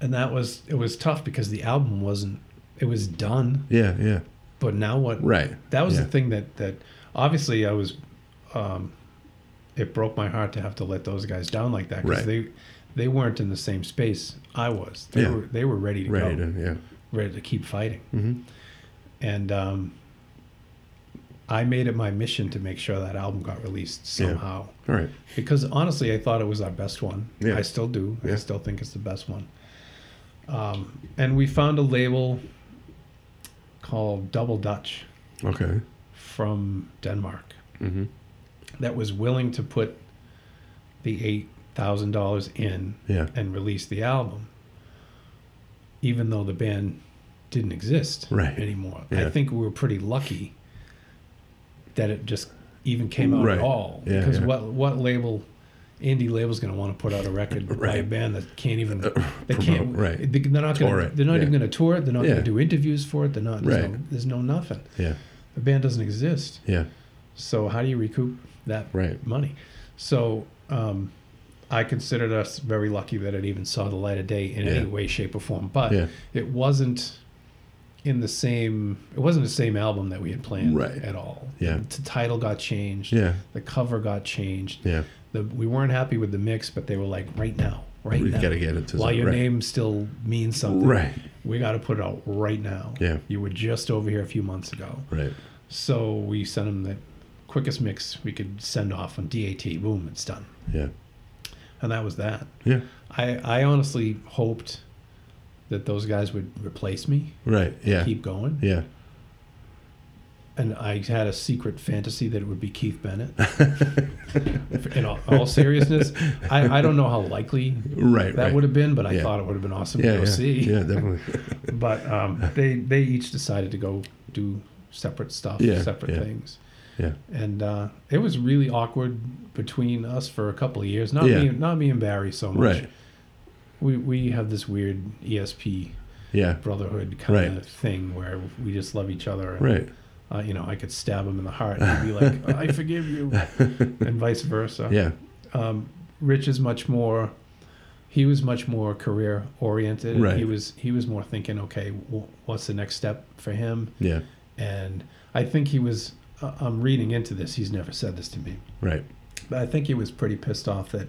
Speaker 2: And that was it was tough because the album wasn't it was done,
Speaker 3: Yeah. Yeah.
Speaker 2: but now what
Speaker 3: Right.
Speaker 2: that was
Speaker 3: Yeah.
Speaker 2: the thing that that obviously I was um it broke my heart to have to let those guys down like that
Speaker 3: Right.
Speaker 2: they they weren't in the same space I was. They
Speaker 3: Yeah.
Speaker 2: were they were ready to
Speaker 3: Right.
Speaker 2: go,
Speaker 3: and- Yeah.
Speaker 2: ready to keep fighting.
Speaker 3: Mhm.
Speaker 2: And um I made it my mission to make sure that album got released
Speaker 3: Yeah.
Speaker 2: somehow.
Speaker 3: All right.
Speaker 2: Because honestly, I thought it was our best one.
Speaker 3: Yeah.
Speaker 2: I still do.
Speaker 3: Yeah.
Speaker 2: I still think it's the best one. Um, and we found a label called Double Dutch
Speaker 3: Okay.
Speaker 2: from Denmark
Speaker 3: Mm-hmm.
Speaker 2: that was willing to put the eight thousand dollars in
Speaker 3: Yeah.
Speaker 2: and release the album, even though the band didn't exist
Speaker 3: Right.
Speaker 2: anymore.
Speaker 3: Yeah.
Speaker 2: I think we were pretty lucky that it just even came out
Speaker 3: Right.
Speaker 2: at all.
Speaker 3: Yeah,
Speaker 2: because
Speaker 3: yeah.
Speaker 2: what what label indie label's going to want to put out a record by a
Speaker 3: Right. Uh,
Speaker 2: band that can't even they
Speaker 3: promote,
Speaker 2: can't
Speaker 3: right.
Speaker 2: they, they're not
Speaker 3: Tour
Speaker 2: going
Speaker 3: it,
Speaker 2: they're not
Speaker 3: yeah.
Speaker 2: even going to tour it they're not
Speaker 3: Yeah.
Speaker 2: going to do interviews for it they're not there's,
Speaker 3: Right.
Speaker 2: no, there's no nothing
Speaker 3: Yeah.
Speaker 2: the band doesn't exist
Speaker 3: Yeah.
Speaker 2: so how do you recoup that
Speaker 3: Right.
Speaker 2: money. So um, I considered us very lucky that it even saw the light of day in
Speaker 3: Yeah.
Speaker 2: any way, shape, or form. But
Speaker 3: Yeah.
Speaker 2: it wasn't in the same. It wasn't the same album that we had planned
Speaker 3: Right.
Speaker 2: at all.
Speaker 3: Yeah.
Speaker 2: The title got changed.
Speaker 3: Yeah.
Speaker 2: The cover got changed.
Speaker 3: Yeah.
Speaker 2: The, we weren't happy with the mix, but they were like, right now, right
Speaker 3: We
Speaker 2: now.
Speaker 3: gotta get it to
Speaker 2: while
Speaker 3: some-
Speaker 2: your
Speaker 3: right.
Speaker 2: name still means something.
Speaker 3: Right.
Speaker 2: We got to put it out right now.
Speaker 3: Yeah.
Speaker 2: You were just over here a few months ago.
Speaker 3: Right.
Speaker 2: So we sent him the quickest mix we could send off on DAT. Boom, it's done.
Speaker 3: Yeah.
Speaker 2: And that was that.
Speaker 3: Yeah.
Speaker 2: I, I honestly hoped that those guys would replace me,
Speaker 3: Right. Yeah.
Speaker 2: keep going.
Speaker 3: Yeah.
Speaker 2: And I had a secret fantasy that it would be Keith Bennett. In all, all seriousness, I, I don't know how likely
Speaker 3: Right.
Speaker 2: that
Speaker 3: right.
Speaker 2: would have been, but I
Speaker 3: Yeah.
Speaker 2: thought it would have been awesome
Speaker 3: Yeah.
Speaker 2: to go
Speaker 3: Yeah.
Speaker 2: see.
Speaker 3: Yeah. Definitely.
Speaker 2: But um, they, they each decided to go do separate stuff,
Speaker 3: Yeah,
Speaker 2: separate
Speaker 3: yeah.
Speaker 2: things.
Speaker 3: yeah.
Speaker 2: and uh, it was really awkward between us for a couple of years. Not
Speaker 3: Yeah.
Speaker 2: me, not me and Barry so much.
Speaker 3: Right.
Speaker 2: We we have this weird E ESP
Speaker 3: Yeah.
Speaker 2: brotherhood kind
Speaker 3: Right.
Speaker 2: of thing where we just love each other. And,
Speaker 3: Right.
Speaker 2: Uh, you know, I could stab him in the heart and he'd be like, "I forgive you," and vice versa.
Speaker 3: Yeah.
Speaker 2: Um, Rich is much more. He was much more career oriented.
Speaker 3: Right.
Speaker 2: He was he was more thinking, okay, w- what's the next step for him?
Speaker 3: Yeah.
Speaker 2: And I think he was. Uh, I'm reading into this. He's never said this to me,
Speaker 3: Right.
Speaker 2: but I think he was pretty pissed off that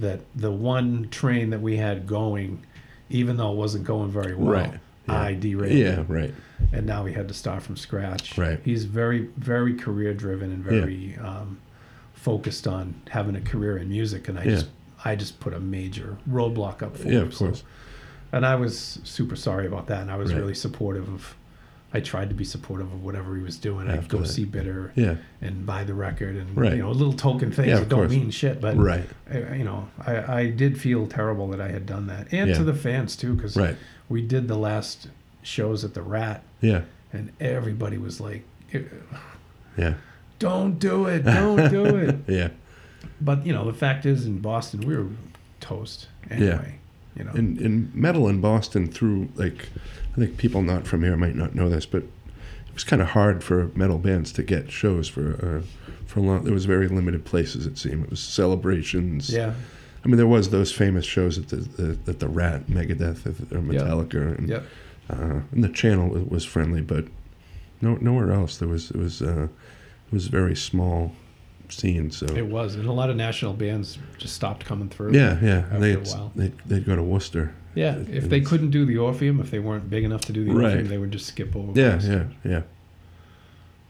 Speaker 2: that the one train that we had going, even though it wasn't going very well,
Speaker 3: Right, yeah.
Speaker 2: I derailed
Speaker 3: Yeah.
Speaker 2: it,
Speaker 3: Right.
Speaker 2: and now we had to start from scratch.
Speaker 3: Right.
Speaker 2: He's very very career driven and
Speaker 3: Yeah.
Speaker 2: very um, focused on having a career in music, and I
Speaker 3: Yeah.
Speaker 2: just I just put a major roadblock up for
Speaker 3: Yeah.
Speaker 2: him.
Speaker 3: Of
Speaker 2: so-
Speaker 3: course.
Speaker 2: and I was super sorry about that, and I was
Speaker 3: Right.
Speaker 2: really supportive of. I tried to be supportive of whatever he was doing. I'd go
Speaker 3: After that.
Speaker 2: see Bitter
Speaker 3: Yeah.
Speaker 2: and buy the record and
Speaker 3: Right.
Speaker 2: you know little token things
Speaker 3: Yeah,
Speaker 2: that
Speaker 3: of
Speaker 2: don't
Speaker 3: course.
Speaker 2: mean shit but
Speaker 3: Right.
Speaker 2: I, you know I, I did feel terrible that i had done that and
Speaker 3: Yeah.
Speaker 2: to the fans too because
Speaker 3: Right.
Speaker 2: we did the last shows at the rat
Speaker 3: Yeah.
Speaker 2: and everybody was like "Eh,
Speaker 3: Yeah.
Speaker 2: don't do it don't do it
Speaker 3: Yeah.
Speaker 2: but you know the fact is in boston we were toast anyway you know
Speaker 3: in, in metal in Boston through like I think people not from here might not know this, but it was kind of hard for metal bands to get shows for uh, for long. There was very limited places it seemed. It was celebrations.
Speaker 2: yeah
Speaker 3: I mean there was those famous shows at the, the at the Rat, Megadeth, or Metallica, and
Speaker 2: yep
Speaker 3: uh, and the channel wa- was friendly, but no nowhere else there was it was uh, it was a very small scene. So
Speaker 2: it was and a lot of national bands just stopped coming through
Speaker 3: yeah, yeah,
Speaker 2: After
Speaker 3: they
Speaker 2: a while.
Speaker 3: they'd, they'd go to Worcester.
Speaker 2: yeah if they couldn't do the orpheum if they weren't big enough to do the
Speaker 3: Right.
Speaker 2: orpheum they would just skip over
Speaker 3: Yeah,
Speaker 2: Boston.
Speaker 3: yeah, yeah,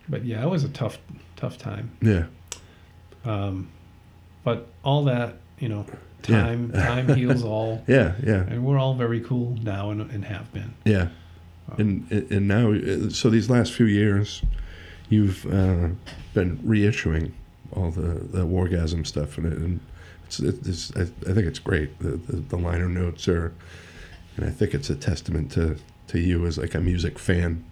Speaker 2: but yeah, it was a tough, tough time.
Speaker 3: yeah.
Speaker 2: Um, but all that, you know,
Speaker 3: Yeah.
Speaker 2: time, time heals all,
Speaker 3: Yeah, yeah,
Speaker 2: and we're all very cool now and, and have been.
Speaker 3: yeah. And and now, uh, so these last few years, you've uh, been reissuing all the the wargasm stuff, and, it, and it's, it's I, I think it's great. The, the the liner notes are, and I think it's a testament to to you as like a music fan,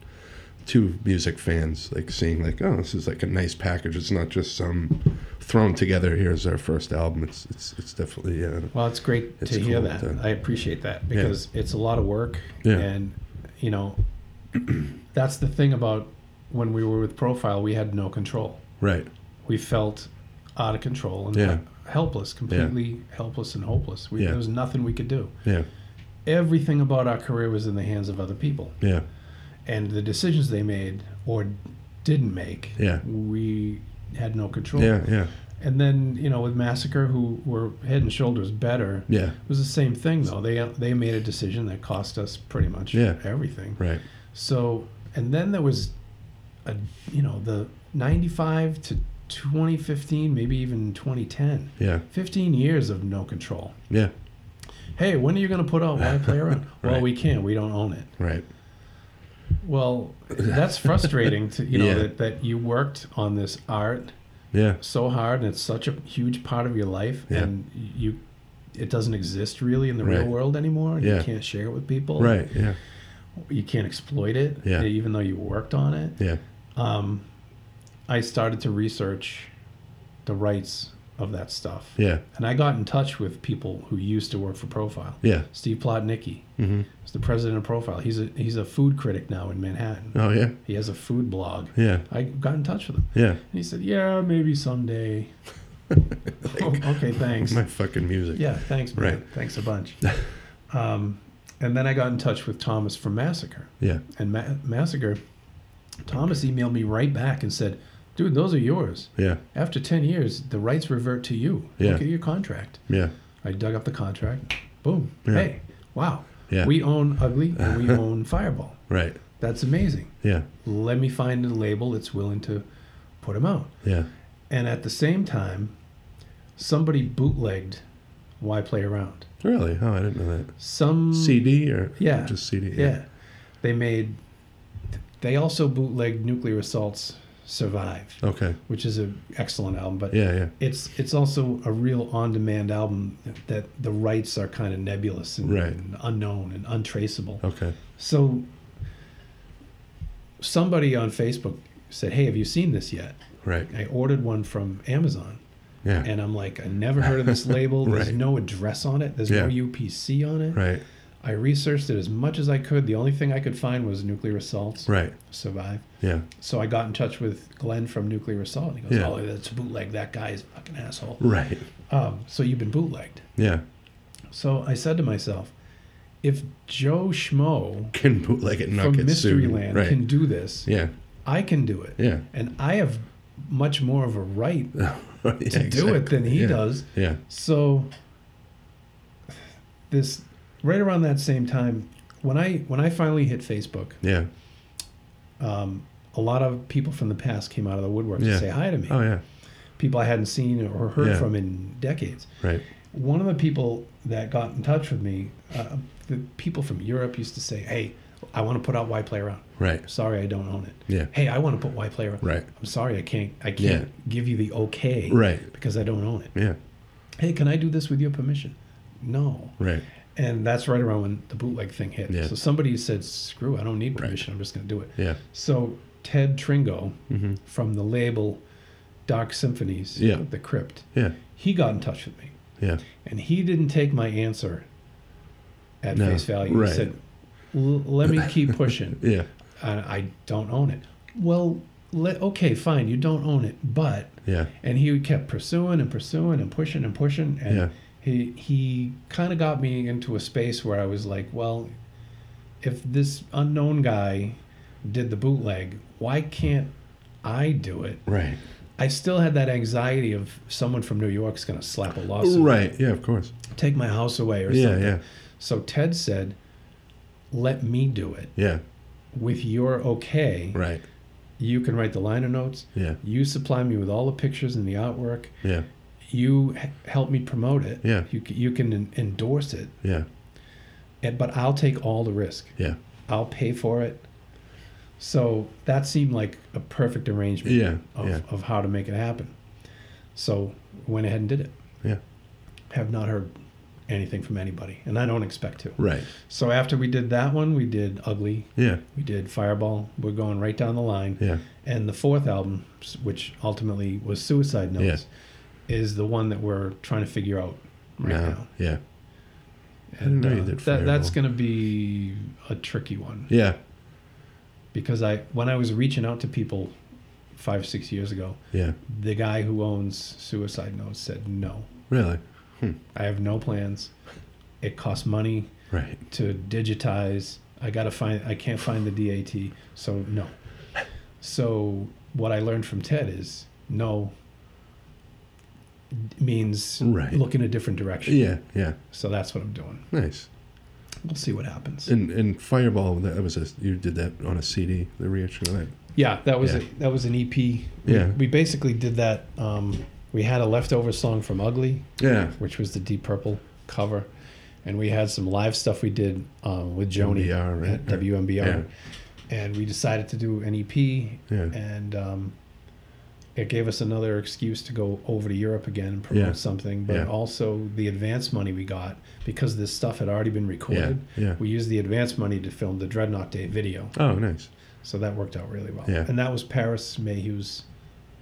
Speaker 3: two music fans, like seeing like, oh, this is like a nice package. It's not just some thrown together. Here's our first album. It's it's it's definitely uh, yeah.
Speaker 2: Well, it's great
Speaker 3: It's
Speaker 2: to hear
Speaker 3: cool
Speaker 2: that.
Speaker 3: to-
Speaker 2: I appreciate that because it's a lot of work.
Speaker 3: Yeah.
Speaker 2: And, you know, that's the thing about when we were with Profile, we had no control.
Speaker 3: Right.
Speaker 2: We felt out of control and
Speaker 3: Yeah.
Speaker 2: helpless, completely helpless and hopeless. We,
Speaker 3: Yeah.
Speaker 2: There was nothing we could do.
Speaker 3: Yeah.
Speaker 2: Everything about our career was in the hands of other people.
Speaker 3: Yeah.
Speaker 2: And the decisions they made or didn't make,
Speaker 3: Yeah.
Speaker 2: we had no control.
Speaker 3: Yeah. Yeah.
Speaker 2: And then, you know, with Massacre, who were head and shoulders better,
Speaker 3: Yeah.
Speaker 2: it was the same thing though. They they made a decision that cost us pretty much
Speaker 3: Yeah.
Speaker 2: everything.
Speaker 3: Right.
Speaker 2: So and then there was a you know the 95 to 2015, maybe even 2010.
Speaker 3: Yeah.
Speaker 2: 15 years of no control.
Speaker 3: Yeah.
Speaker 2: Hey, when are you going to put out Why Play Around? Well,
Speaker 3: Right.
Speaker 2: we can't. We don't own it.
Speaker 3: Right.
Speaker 2: Well, that's frustrating to you know
Speaker 3: Yeah.
Speaker 2: that, that you worked on this art
Speaker 3: Yeah.
Speaker 2: so hard and it's such a huge part of your life
Speaker 3: Yeah.
Speaker 2: and you it doesn't exist really in the real
Speaker 3: Right.
Speaker 2: world anymore and
Speaker 3: Yeah.
Speaker 2: you can't share it with people.
Speaker 3: Right. Yeah.
Speaker 2: you can't exploit it e-,
Speaker 3: Yeah.
Speaker 2: even though you worked on it
Speaker 3: Yeah.
Speaker 2: um, i started to research the rights of that stuff
Speaker 3: Yeah.
Speaker 2: and i got in touch with people who used to work for profile
Speaker 3: Yeah.
Speaker 2: steve plotnicki
Speaker 3: Mm-hmm.
Speaker 2: is the president of profile he's a he's a food critic now in manhattan
Speaker 3: Oh yeah.
Speaker 2: he has a food blog
Speaker 3: Yeah.
Speaker 2: i got in touch with him
Speaker 3: Yeah.
Speaker 2: and he said yeah maybe someday Oh, okay thanks
Speaker 3: My fucking music.
Speaker 2: yeah thanks man.
Speaker 3: Right.
Speaker 2: thanks a bunch um, and then i got in touch with thomas from massacre
Speaker 3: Yeah.
Speaker 2: and Ma- Massacre, Thomas emailed me right back and said, "Dude, those are yours.
Speaker 3: Yeah.
Speaker 2: After ten years, the rights revert to you.
Speaker 3: Yeah.
Speaker 2: Look at your contract."
Speaker 3: Yeah.
Speaker 2: I dug up the contract. Boom.
Speaker 3: Yeah.
Speaker 2: Hey, wow.
Speaker 3: Yeah.
Speaker 2: We own Ugly and we own Fireball.
Speaker 3: Right.
Speaker 2: That's amazing.
Speaker 3: Yeah.
Speaker 2: Let me find a label that's willing to put them out.
Speaker 3: Yeah.
Speaker 2: And at the same time, somebody bootlegged "Why Play Around."
Speaker 3: Really? Oh, I didn't know that.
Speaker 2: Some
Speaker 3: CD or
Speaker 2: Yeah.
Speaker 3: just CD.
Speaker 2: Yeah. They made they also bootlegged Nuclear Assault's Survive,
Speaker 3: Okay.
Speaker 2: which is an excellent album, but
Speaker 3: Yeah. Yeah.
Speaker 2: it's it's also a real on-demand album that the rights are kind of nebulous and,
Speaker 3: Right.
Speaker 2: and unknown and untraceable.
Speaker 3: Okay.
Speaker 2: So somebody on Facebook said, "Hey, have you seen this yet?"
Speaker 3: Right.
Speaker 2: I ordered one from Amazon.
Speaker 3: Yeah.
Speaker 2: And I'm like, I never heard of this label. There's
Speaker 3: Right.
Speaker 2: no address on it. There's no
Speaker 3: Yeah.
Speaker 2: UPC on it.
Speaker 3: right.
Speaker 2: I researched it as much as I could. The only thing I could find was Nuclear Assaults
Speaker 3: Right.
Speaker 2: Survive.
Speaker 3: Yeah.
Speaker 2: So I got in touch with Glenn from Nuclear Assault. And he goes,
Speaker 3: Yeah.
Speaker 2: Oh, that's a bootleg. That guy is a fucking asshole.
Speaker 3: Right.
Speaker 2: Um, so you've been bootlegged.
Speaker 3: Yeah.
Speaker 2: So I said to myself, if Joe Schmo
Speaker 3: Can bootleg it and not
Speaker 2: from
Speaker 3: get sued.
Speaker 2: Mysteryland
Speaker 3: Right.
Speaker 2: can do this,
Speaker 3: yeah.
Speaker 2: I can do it.
Speaker 3: Yeah.
Speaker 2: And I have much more of a right
Speaker 3: yeah to
Speaker 2: to do it than he does.
Speaker 3: Yeah.
Speaker 2: So this right around that same time, when I when I finally hit Facebook,
Speaker 3: Yeah.
Speaker 2: um, a lot of people from the past came out of the woodwork to
Speaker 3: Yeah.
Speaker 2: say hi to me.
Speaker 3: Oh yeah.
Speaker 2: People I hadn't seen or heard
Speaker 3: Yeah.
Speaker 2: from in decades.
Speaker 3: Right.
Speaker 2: One of the people that got in touch with me, uh, the people from Europe used to say, "Hey, I want to put out Why Play Around.
Speaker 3: Right.
Speaker 2: Sorry, I don't own it.
Speaker 3: Yeah.
Speaker 2: Hey, I want to put Why Play Around.
Speaker 3: Right.
Speaker 2: I'm sorry, I can't. I can't give you the okay.
Speaker 3: Right.
Speaker 2: Because I don't own it.
Speaker 3: Yeah.
Speaker 2: Hey, can I do this with your permission? No.
Speaker 3: Right.
Speaker 2: And that's right around when the bootleg thing hit.
Speaker 3: Yeah.
Speaker 2: So somebody said, "Screw, I don't need permission. I'm just going to do it."
Speaker 3: Yeah.
Speaker 2: So Ted Tringo from the label Dark Symphonies,
Speaker 3: Yeah.
Speaker 2: the Crypt,
Speaker 3: Yeah.
Speaker 2: he got in touch with me,
Speaker 3: Yeah.
Speaker 2: and he didn't take my answer at
Speaker 3: No,
Speaker 2: face value.
Speaker 3: right.
Speaker 2: He said, "L- "Let me keep pushing.
Speaker 3: Yeah.
Speaker 2: I, I don't own it." Well, let, okay, fine, you don't own it, but
Speaker 3: Yeah.
Speaker 2: and he kept pursuing and pursuing and pushing and pushing and
Speaker 3: Yeah.
Speaker 2: he he kind of got me into a space where I was like, well, if this unknown guy did the bootleg, why can't I do it?
Speaker 3: Right.
Speaker 2: I still had that anxiety of someone from New York's going to slap a lawsuit,
Speaker 3: Right. Yeah. Of course.
Speaker 2: take my house away or
Speaker 3: Yeah.
Speaker 2: something.
Speaker 3: Yeah.
Speaker 2: So Ted said, let me do it
Speaker 3: Yeah.
Speaker 2: with your okay.
Speaker 3: Right.
Speaker 2: You can write the liner notes.
Speaker 3: Yeah.
Speaker 2: You supply me with all the pictures and the artwork
Speaker 3: Yeah.
Speaker 2: you h- help me promote it.
Speaker 3: Yeah.
Speaker 2: You, c- you can en- endorse it,
Speaker 3: Yeah.
Speaker 2: and, but I'll take all the risk.
Speaker 3: Yeah.
Speaker 2: I'll pay for it. So that seemed like a perfect arrangement
Speaker 3: Yeah,
Speaker 2: of,
Speaker 3: yeah.
Speaker 2: of how to make it happen. So went ahead and did it.
Speaker 3: Yeah.
Speaker 2: Have not heard anything from anybody, and I don't expect to.
Speaker 3: Right.
Speaker 2: So after we did that one, we did Ugly,
Speaker 3: Yeah.
Speaker 2: we did Fireball. We're going right down the line.
Speaker 3: Yeah.
Speaker 2: And the fourth album, s- which ultimately was Suicide Notes, is the one that we're trying to figure out right
Speaker 3: no.
Speaker 2: now. uh,
Speaker 3: Yeah. I didn't know you did
Speaker 2: that, that's
Speaker 3: Fireball.
Speaker 2: going to be a tricky one
Speaker 3: Yeah.
Speaker 2: because I when I was reaching out to people five six years ago,
Speaker 3: Yeah.
Speaker 2: the guy who owns Suicide Notes said no.
Speaker 3: Really.
Speaker 2: I have no plans. It costs money
Speaker 3: Right.
Speaker 2: to digitize. I gotta find. I can't find the DAT. So no. So what I learned from Ted is no means
Speaker 3: Right.
Speaker 2: look in a different direction.
Speaker 3: Yeah. Yeah.
Speaker 2: So that's what I'm doing.
Speaker 3: Nice.
Speaker 2: We'll see what happens.
Speaker 3: And and Fireball that was a you did that on a CD the reaction of that.
Speaker 2: Yeah, that was
Speaker 3: Yeah.
Speaker 2: A, that was an EP. We-
Speaker 3: Yeah.
Speaker 2: we, basically did that. Um, we had a leftover song from Ugly,
Speaker 3: Yeah.
Speaker 2: which was the Deep Purple cover, and we had some live stuff we did um, with Joni
Speaker 3: WMBR, right?
Speaker 2: at WMBR, and we decided to do an E EP,
Speaker 3: Yeah.
Speaker 2: and um, it gave us another excuse to go over to Europe again and promote
Speaker 3: Yeah.
Speaker 2: something. But
Speaker 3: Yeah.
Speaker 2: also the advance money we got because this stuff had already been
Speaker 3: Yeah.
Speaker 2: recorded.
Speaker 3: Yeah.
Speaker 2: We used the advance money to film the Dreadnought Day video.
Speaker 3: Oh, nice.
Speaker 2: So that worked out really well.
Speaker 3: Yeah.
Speaker 2: And that was Paris Mayhew's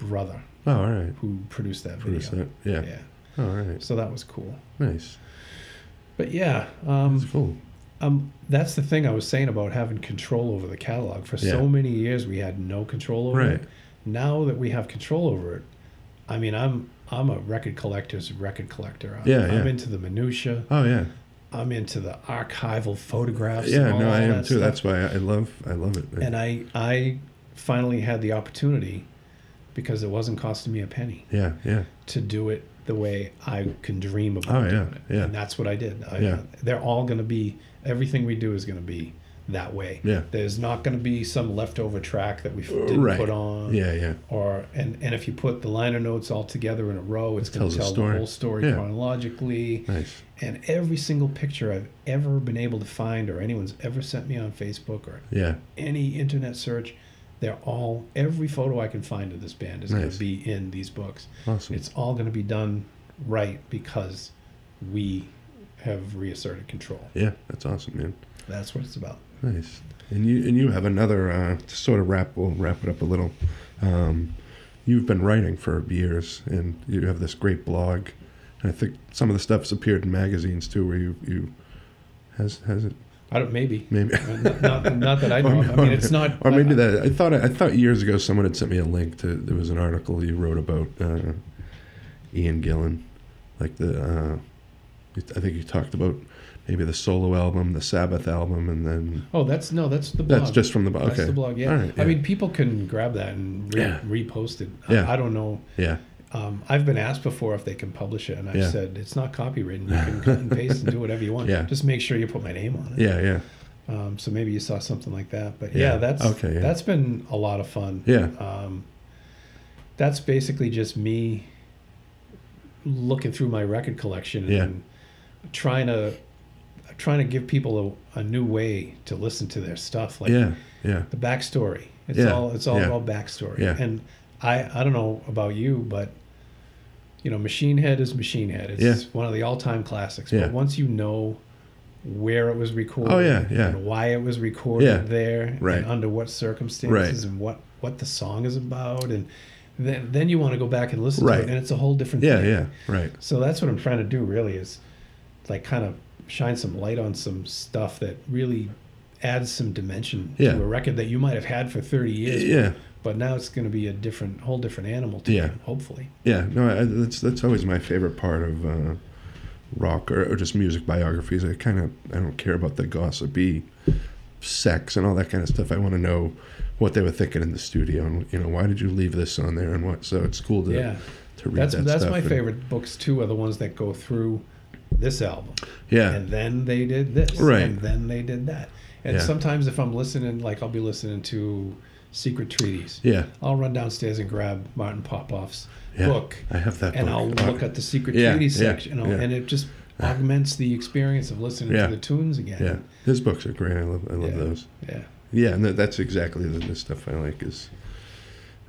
Speaker 2: brother
Speaker 3: Oh, all right.
Speaker 2: who produced that
Speaker 3: Produced
Speaker 2: video.
Speaker 3: that. Yeah.
Speaker 2: Yeah.
Speaker 3: Oh, all right.
Speaker 2: So that was cool.
Speaker 3: Nice.
Speaker 2: But yeah,
Speaker 3: It's
Speaker 2: um,
Speaker 3: cool.
Speaker 2: um, that's the thing I was saying about having control over the catalog. For
Speaker 3: Yeah.
Speaker 2: so many years, we had no control over
Speaker 3: Right.
Speaker 2: it. Now that we have control over it, I mean, I'm I'm a record collector's record collector. I'm,
Speaker 3: Yeah,
Speaker 2: I'm
Speaker 3: yeah.
Speaker 2: into the minutia.
Speaker 3: Oh yeah.
Speaker 2: I'm into the archival photographs.
Speaker 3: Yeah.
Speaker 2: and all
Speaker 3: No, I am
Speaker 2: that
Speaker 3: too.
Speaker 2: stuff.
Speaker 3: That's why I I love I love it.
Speaker 2: and I I finally had the opportunity because it wasn't costing me a penny
Speaker 3: yeah. Yeah.
Speaker 2: to do it the way I can dream about
Speaker 3: Oh,
Speaker 2: doing
Speaker 3: yeah,
Speaker 2: it.
Speaker 3: yeah.
Speaker 2: And that's what I did. I,
Speaker 3: Yeah.
Speaker 2: They're all going to be everything we do is going to be that way.
Speaker 3: Yeah.
Speaker 2: There's not going to be some leftover track that we f- didn't
Speaker 3: Right.
Speaker 2: put on.
Speaker 3: Yeah. Yeah.
Speaker 2: Or and and if you put the liner notes all together in a row, it's going
Speaker 3: tells
Speaker 2: to
Speaker 3: a
Speaker 2: tell the
Speaker 3: story.
Speaker 2: whole story
Speaker 3: Yeah.
Speaker 2: chronologically.
Speaker 3: Nice.
Speaker 2: And every single picture I've ever been able to find, or anyone's ever sent me on Facebook, or
Speaker 3: Yeah.
Speaker 2: any internet search. They're all every photo I can find of this band is going
Speaker 3: Nice.
Speaker 2: to be in these books.
Speaker 3: Awesome.
Speaker 2: It's all going to be done right because we have reasserted control.
Speaker 3: yeah. That's awesome, man.
Speaker 2: That's what it's about.
Speaker 3: Nice. And you and you have another uh, to sort of wrap. We'll wrap it up a little. Um, you've been writing for years, and you have this great blog. And I think some of the stuff's appeared in magazines too, where you you has has it
Speaker 2: I don't maybe
Speaker 3: maybe.
Speaker 2: not, not, not that I know. of. I mean, it's not.
Speaker 3: Or maybe that I thought I thought years ago someone had sent me a link to there was an article you wrote about uh, Ian Gillan, like the uh, I think you talked about maybe the solo album, the Sabbath album, and then
Speaker 2: Oh, that's no. That's the blog.
Speaker 3: that's just from the blog.
Speaker 2: That's
Speaker 3: Okay,
Speaker 2: the blog. Yeah.
Speaker 3: All right,
Speaker 2: I mean, people can grab that and re-
Speaker 3: Yeah.
Speaker 2: repost it.
Speaker 3: Yeah.
Speaker 2: I, I don't know.
Speaker 3: yeah,
Speaker 2: Um, I've been asked before if they can publish it, and I've
Speaker 3: Yeah.
Speaker 2: said it's not copywritten. You can cut and paste and do whatever you want.
Speaker 3: Yeah.
Speaker 2: Just make sure you put my name on it.
Speaker 3: yeah, yeah,
Speaker 2: Um, so maybe you saw something like that, but
Speaker 3: Yeah.
Speaker 2: yeah, that's
Speaker 3: Okay, yeah.
Speaker 2: that's been a lot of fun.
Speaker 3: yeah,
Speaker 2: Um, that's basically just me looking through my record collection
Speaker 3: Yeah.
Speaker 2: and trying to trying to give people a, a new way to listen to their stuff, like
Speaker 3: yeah, yeah,
Speaker 2: the backstory. It's
Speaker 3: Yeah,
Speaker 2: all it's all
Speaker 3: yeah.
Speaker 2: about backstory.
Speaker 3: Yeah.
Speaker 2: And I I don't know about you, but you know, Machine Head is Machine Head. It's
Speaker 3: Yeah.
Speaker 2: one of the all time classics.
Speaker 3: Yeah.
Speaker 2: But once you know where it was recorded
Speaker 3: Oh, yeah, yeah.
Speaker 2: and why it was recorded
Speaker 3: Yeah.
Speaker 2: there
Speaker 3: Right.
Speaker 2: and under what circumstances and what what the song is about and then then you want to go back and listen to
Speaker 3: Right.
Speaker 2: it and it's a whole different
Speaker 3: yeah,
Speaker 2: thing.
Speaker 3: yeah, right,
Speaker 2: So that's what I'm trying to do really is like kind of shine some light on some stuff that really adds some dimension
Speaker 3: Yeah.
Speaker 2: to a record that you might have had for 30 years.
Speaker 3: yeah,
Speaker 2: But now it's going to be a different whole different animal to
Speaker 3: Yeah.
Speaker 2: you, hopefully.
Speaker 3: yeah. No, I, that's that's always my favorite part of. Uh, rock or, or just music biographies. I kind of I don't care about the gossipy sex and all that kind of stuff. I want to know what they were thinking in the studio and you know why did you leave this on there and what. So it's cool to
Speaker 2: yeah.
Speaker 3: to read
Speaker 2: That's
Speaker 3: that
Speaker 2: that's
Speaker 3: stuff
Speaker 2: my
Speaker 3: and-
Speaker 2: favorite books too are the ones that go through this album.
Speaker 3: Yeah,
Speaker 2: and then they did this
Speaker 3: Right.
Speaker 2: and then they did that and
Speaker 3: Yeah.
Speaker 2: sometimes if i'm listening like i'll be listening to secret treaties
Speaker 3: yeah,
Speaker 2: i'll run downstairs and grab martin popoff's
Speaker 3: yeah.
Speaker 2: book
Speaker 3: I have that.
Speaker 2: and
Speaker 3: book.
Speaker 2: i'll
Speaker 3: Oh,
Speaker 2: look at the secret
Speaker 3: Yeah,
Speaker 2: treaties
Speaker 3: yeah,
Speaker 2: section and I'll-
Speaker 3: yeah.
Speaker 2: and it just augments the experience of listening
Speaker 3: Yeah.
Speaker 2: to the tunes again
Speaker 3: Yeah, his books are great. I love I love
Speaker 2: Yeah.
Speaker 3: those.
Speaker 2: yeah
Speaker 3: Yeah, and that, that's exactly the, the stuff I like is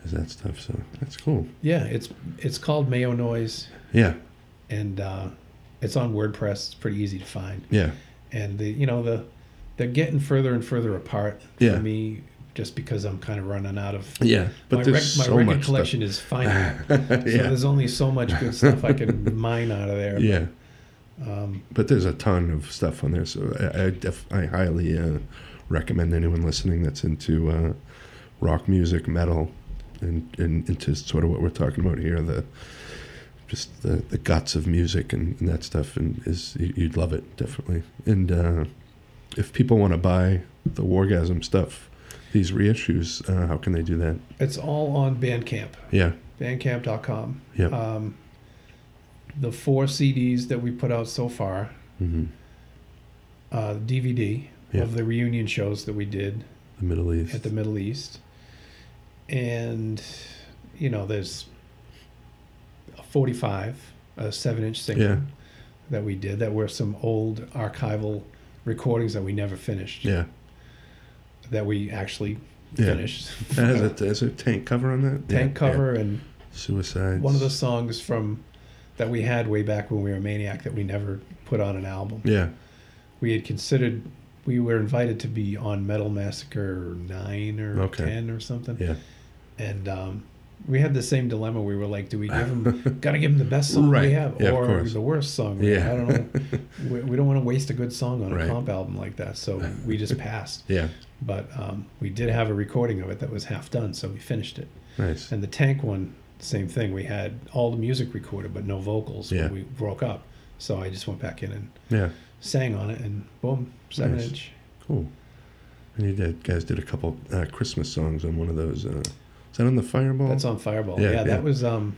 Speaker 3: is that stuff. So that's cool.
Speaker 2: yeah it's it's called mayo noise
Speaker 3: Yeah,
Speaker 2: and uh It's on WordPress. It's pretty easy to find.
Speaker 3: Yeah.
Speaker 2: And the you know the they're getting further and further apart for
Speaker 3: Yeah.
Speaker 2: me just because I'm kind of running out of
Speaker 3: Yeah. But
Speaker 2: my, rec-
Speaker 3: there's
Speaker 2: my
Speaker 3: so
Speaker 2: record
Speaker 3: much
Speaker 2: collection is finite.
Speaker 3: Stuff.
Speaker 2: So
Speaker 3: yeah.
Speaker 2: there's only so much good stuff I can mine out of there.
Speaker 3: yeah.
Speaker 2: Um,
Speaker 3: But there's a ton of stuff on there, so I I, def- I highly uh, recommend anyone listening that's into uh, rock music, metal, and, and into sort of what we're talking about here the just the, the guts of music and, and that stuff, and is you- you'd love it definitely. And uh, if people want to buy the Wargasm stuff, these reissues, uh, how can they do that?
Speaker 2: it's all on Bandcamp,
Speaker 3: Yeah,
Speaker 2: bandcamp.com.
Speaker 3: yeah,
Speaker 2: Um, the four CDs that we put out so far,
Speaker 3: hmm
Speaker 2: uh, DVD
Speaker 3: Yeah.
Speaker 2: of the reunion shows that we did
Speaker 3: the Middle East.
Speaker 2: at the Middle East, and you know, there's a 45, a seven-inch single
Speaker 3: Yeah.
Speaker 2: that we did that were some old archival recordings that we never finished
Speaker 3: yeah,
Speaker 2: that we actually
Speaker 3: Yeah.
Speaker 2: finished.
Speaker 3: that has a, there's a tank cover on that. Yeah,
Speaker 2: Tank
Speaker 3: yeah.
Speaker 2: cover and
Speaker 3: Suicides.
Speaker 2: one of the songs from that we had way back when we were Maniac that we never put on an album.
Speaker 3: Yeah.
Speaker 2: We had considered we were invited to be on Metal Massacre nine or
Speaker 3: Okay.
Speaker 2: ten or something,
Speaker 3: Yeah.
Speaker 2: and um, we had the same dilemma. We were like, "Do we give them? Got to give them the best song
Speaker 3: Right.
Speaker 2: we have,
Speaker 3: Yeah, of
Speaker 2: or
Speaker 3: course.
Speaker 2: the worst song? we have?
Speaker 3: Yeah.
Speaker 2: I don't know. we, we don't want to waste a good song on
Speaker 3: Right.
Speaker 2: a comp album like that, so we just passed.
Speaker 3: Yeah.
Speaker 2: But um, we did have a recording of it that was half done, so we finished it.
Speaker 3: Nice.
Speaker 2: And the tank one, same thing. We had all the music recorded, but no vocals
Speaker 3: Yeah.
Speaker 2: when we broke up. So I just went back in and
Speaker 3: Yeah.
Speaker 2: sang on it, and boom, seven
Speaker 3: Nice.
Speaker 2: inch.
Speaker 3: Cool. And you did, guys did a couple uh, Christmas songs on one of those. Uh, is that on the Fireball?
Speaker 2: That's on Fireball.
Speaker 3: Yeah,
Speaker 2: Yeah,
Speaker 3: yeah.
Speaker 2: that was um,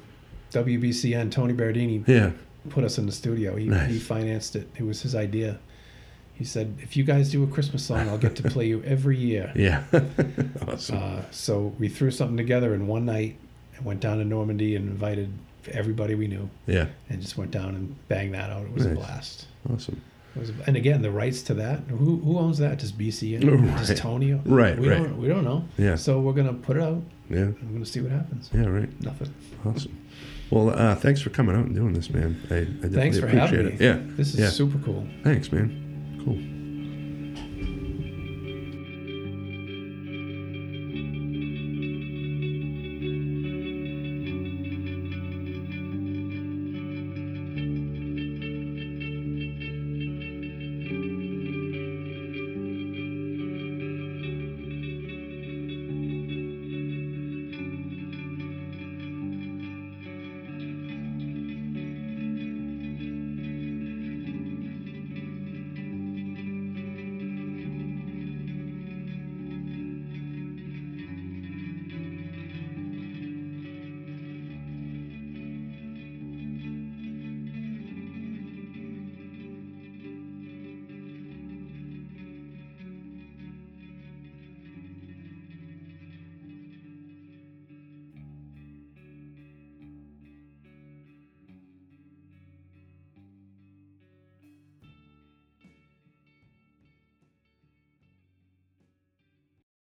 Speaker 2: WBCN. Tony Bardini
Speaker 3: Yeah.
Speaker 2: put us in the studio. He,
Speaker 3: Nice.
Speaker 2: he financed it. It was his idea. He said, "If you guys do a Christmas song, I'll get to play you every year."
Speaker 3: Yeah. awesome.
Speaker 2: Uh, so we threw something together in one night and went down to Normandy and invited everybody we knew
Speaker 3: yeah.
Speaker 2: and just went down and banged that out. It was
Speaker 3: Nice.
Speaker 2: a blast.
Speaker 3: Awesome.
Speaker 2: It was- and again, the rights to that. Who, who owns that? Does BC? and Does
Speaker 3: Right.
Speaker 2: Tony? own-
Speaker 3: Right,
Speaker 2: We
Speaker 3: right.
Speaker 2: don't. We don't know.
Speaker 3: Yeah.
Speaker 2: So we're gonna put it out.
Speaker 3: Yeah.
Speaker 2: I'm gonna see what happens.
Speaker 3: Yeah. Right.
Speaker 2: Nothing.
Speaker 3: Awesome. Well, uh, thanks for coming out and doing this, man. I, I definitely
Speaker 2: Thanks for
Speaker 3: appreciate
Speaker 2: having
Speaker 3: it.
Speaker 2: me.
Speaker 3: Yeah.
Speaker 2: This is
Speaker 3: Yeah.
Speaker 2: super cool.
Speaker 3: Thanks, man. Cool.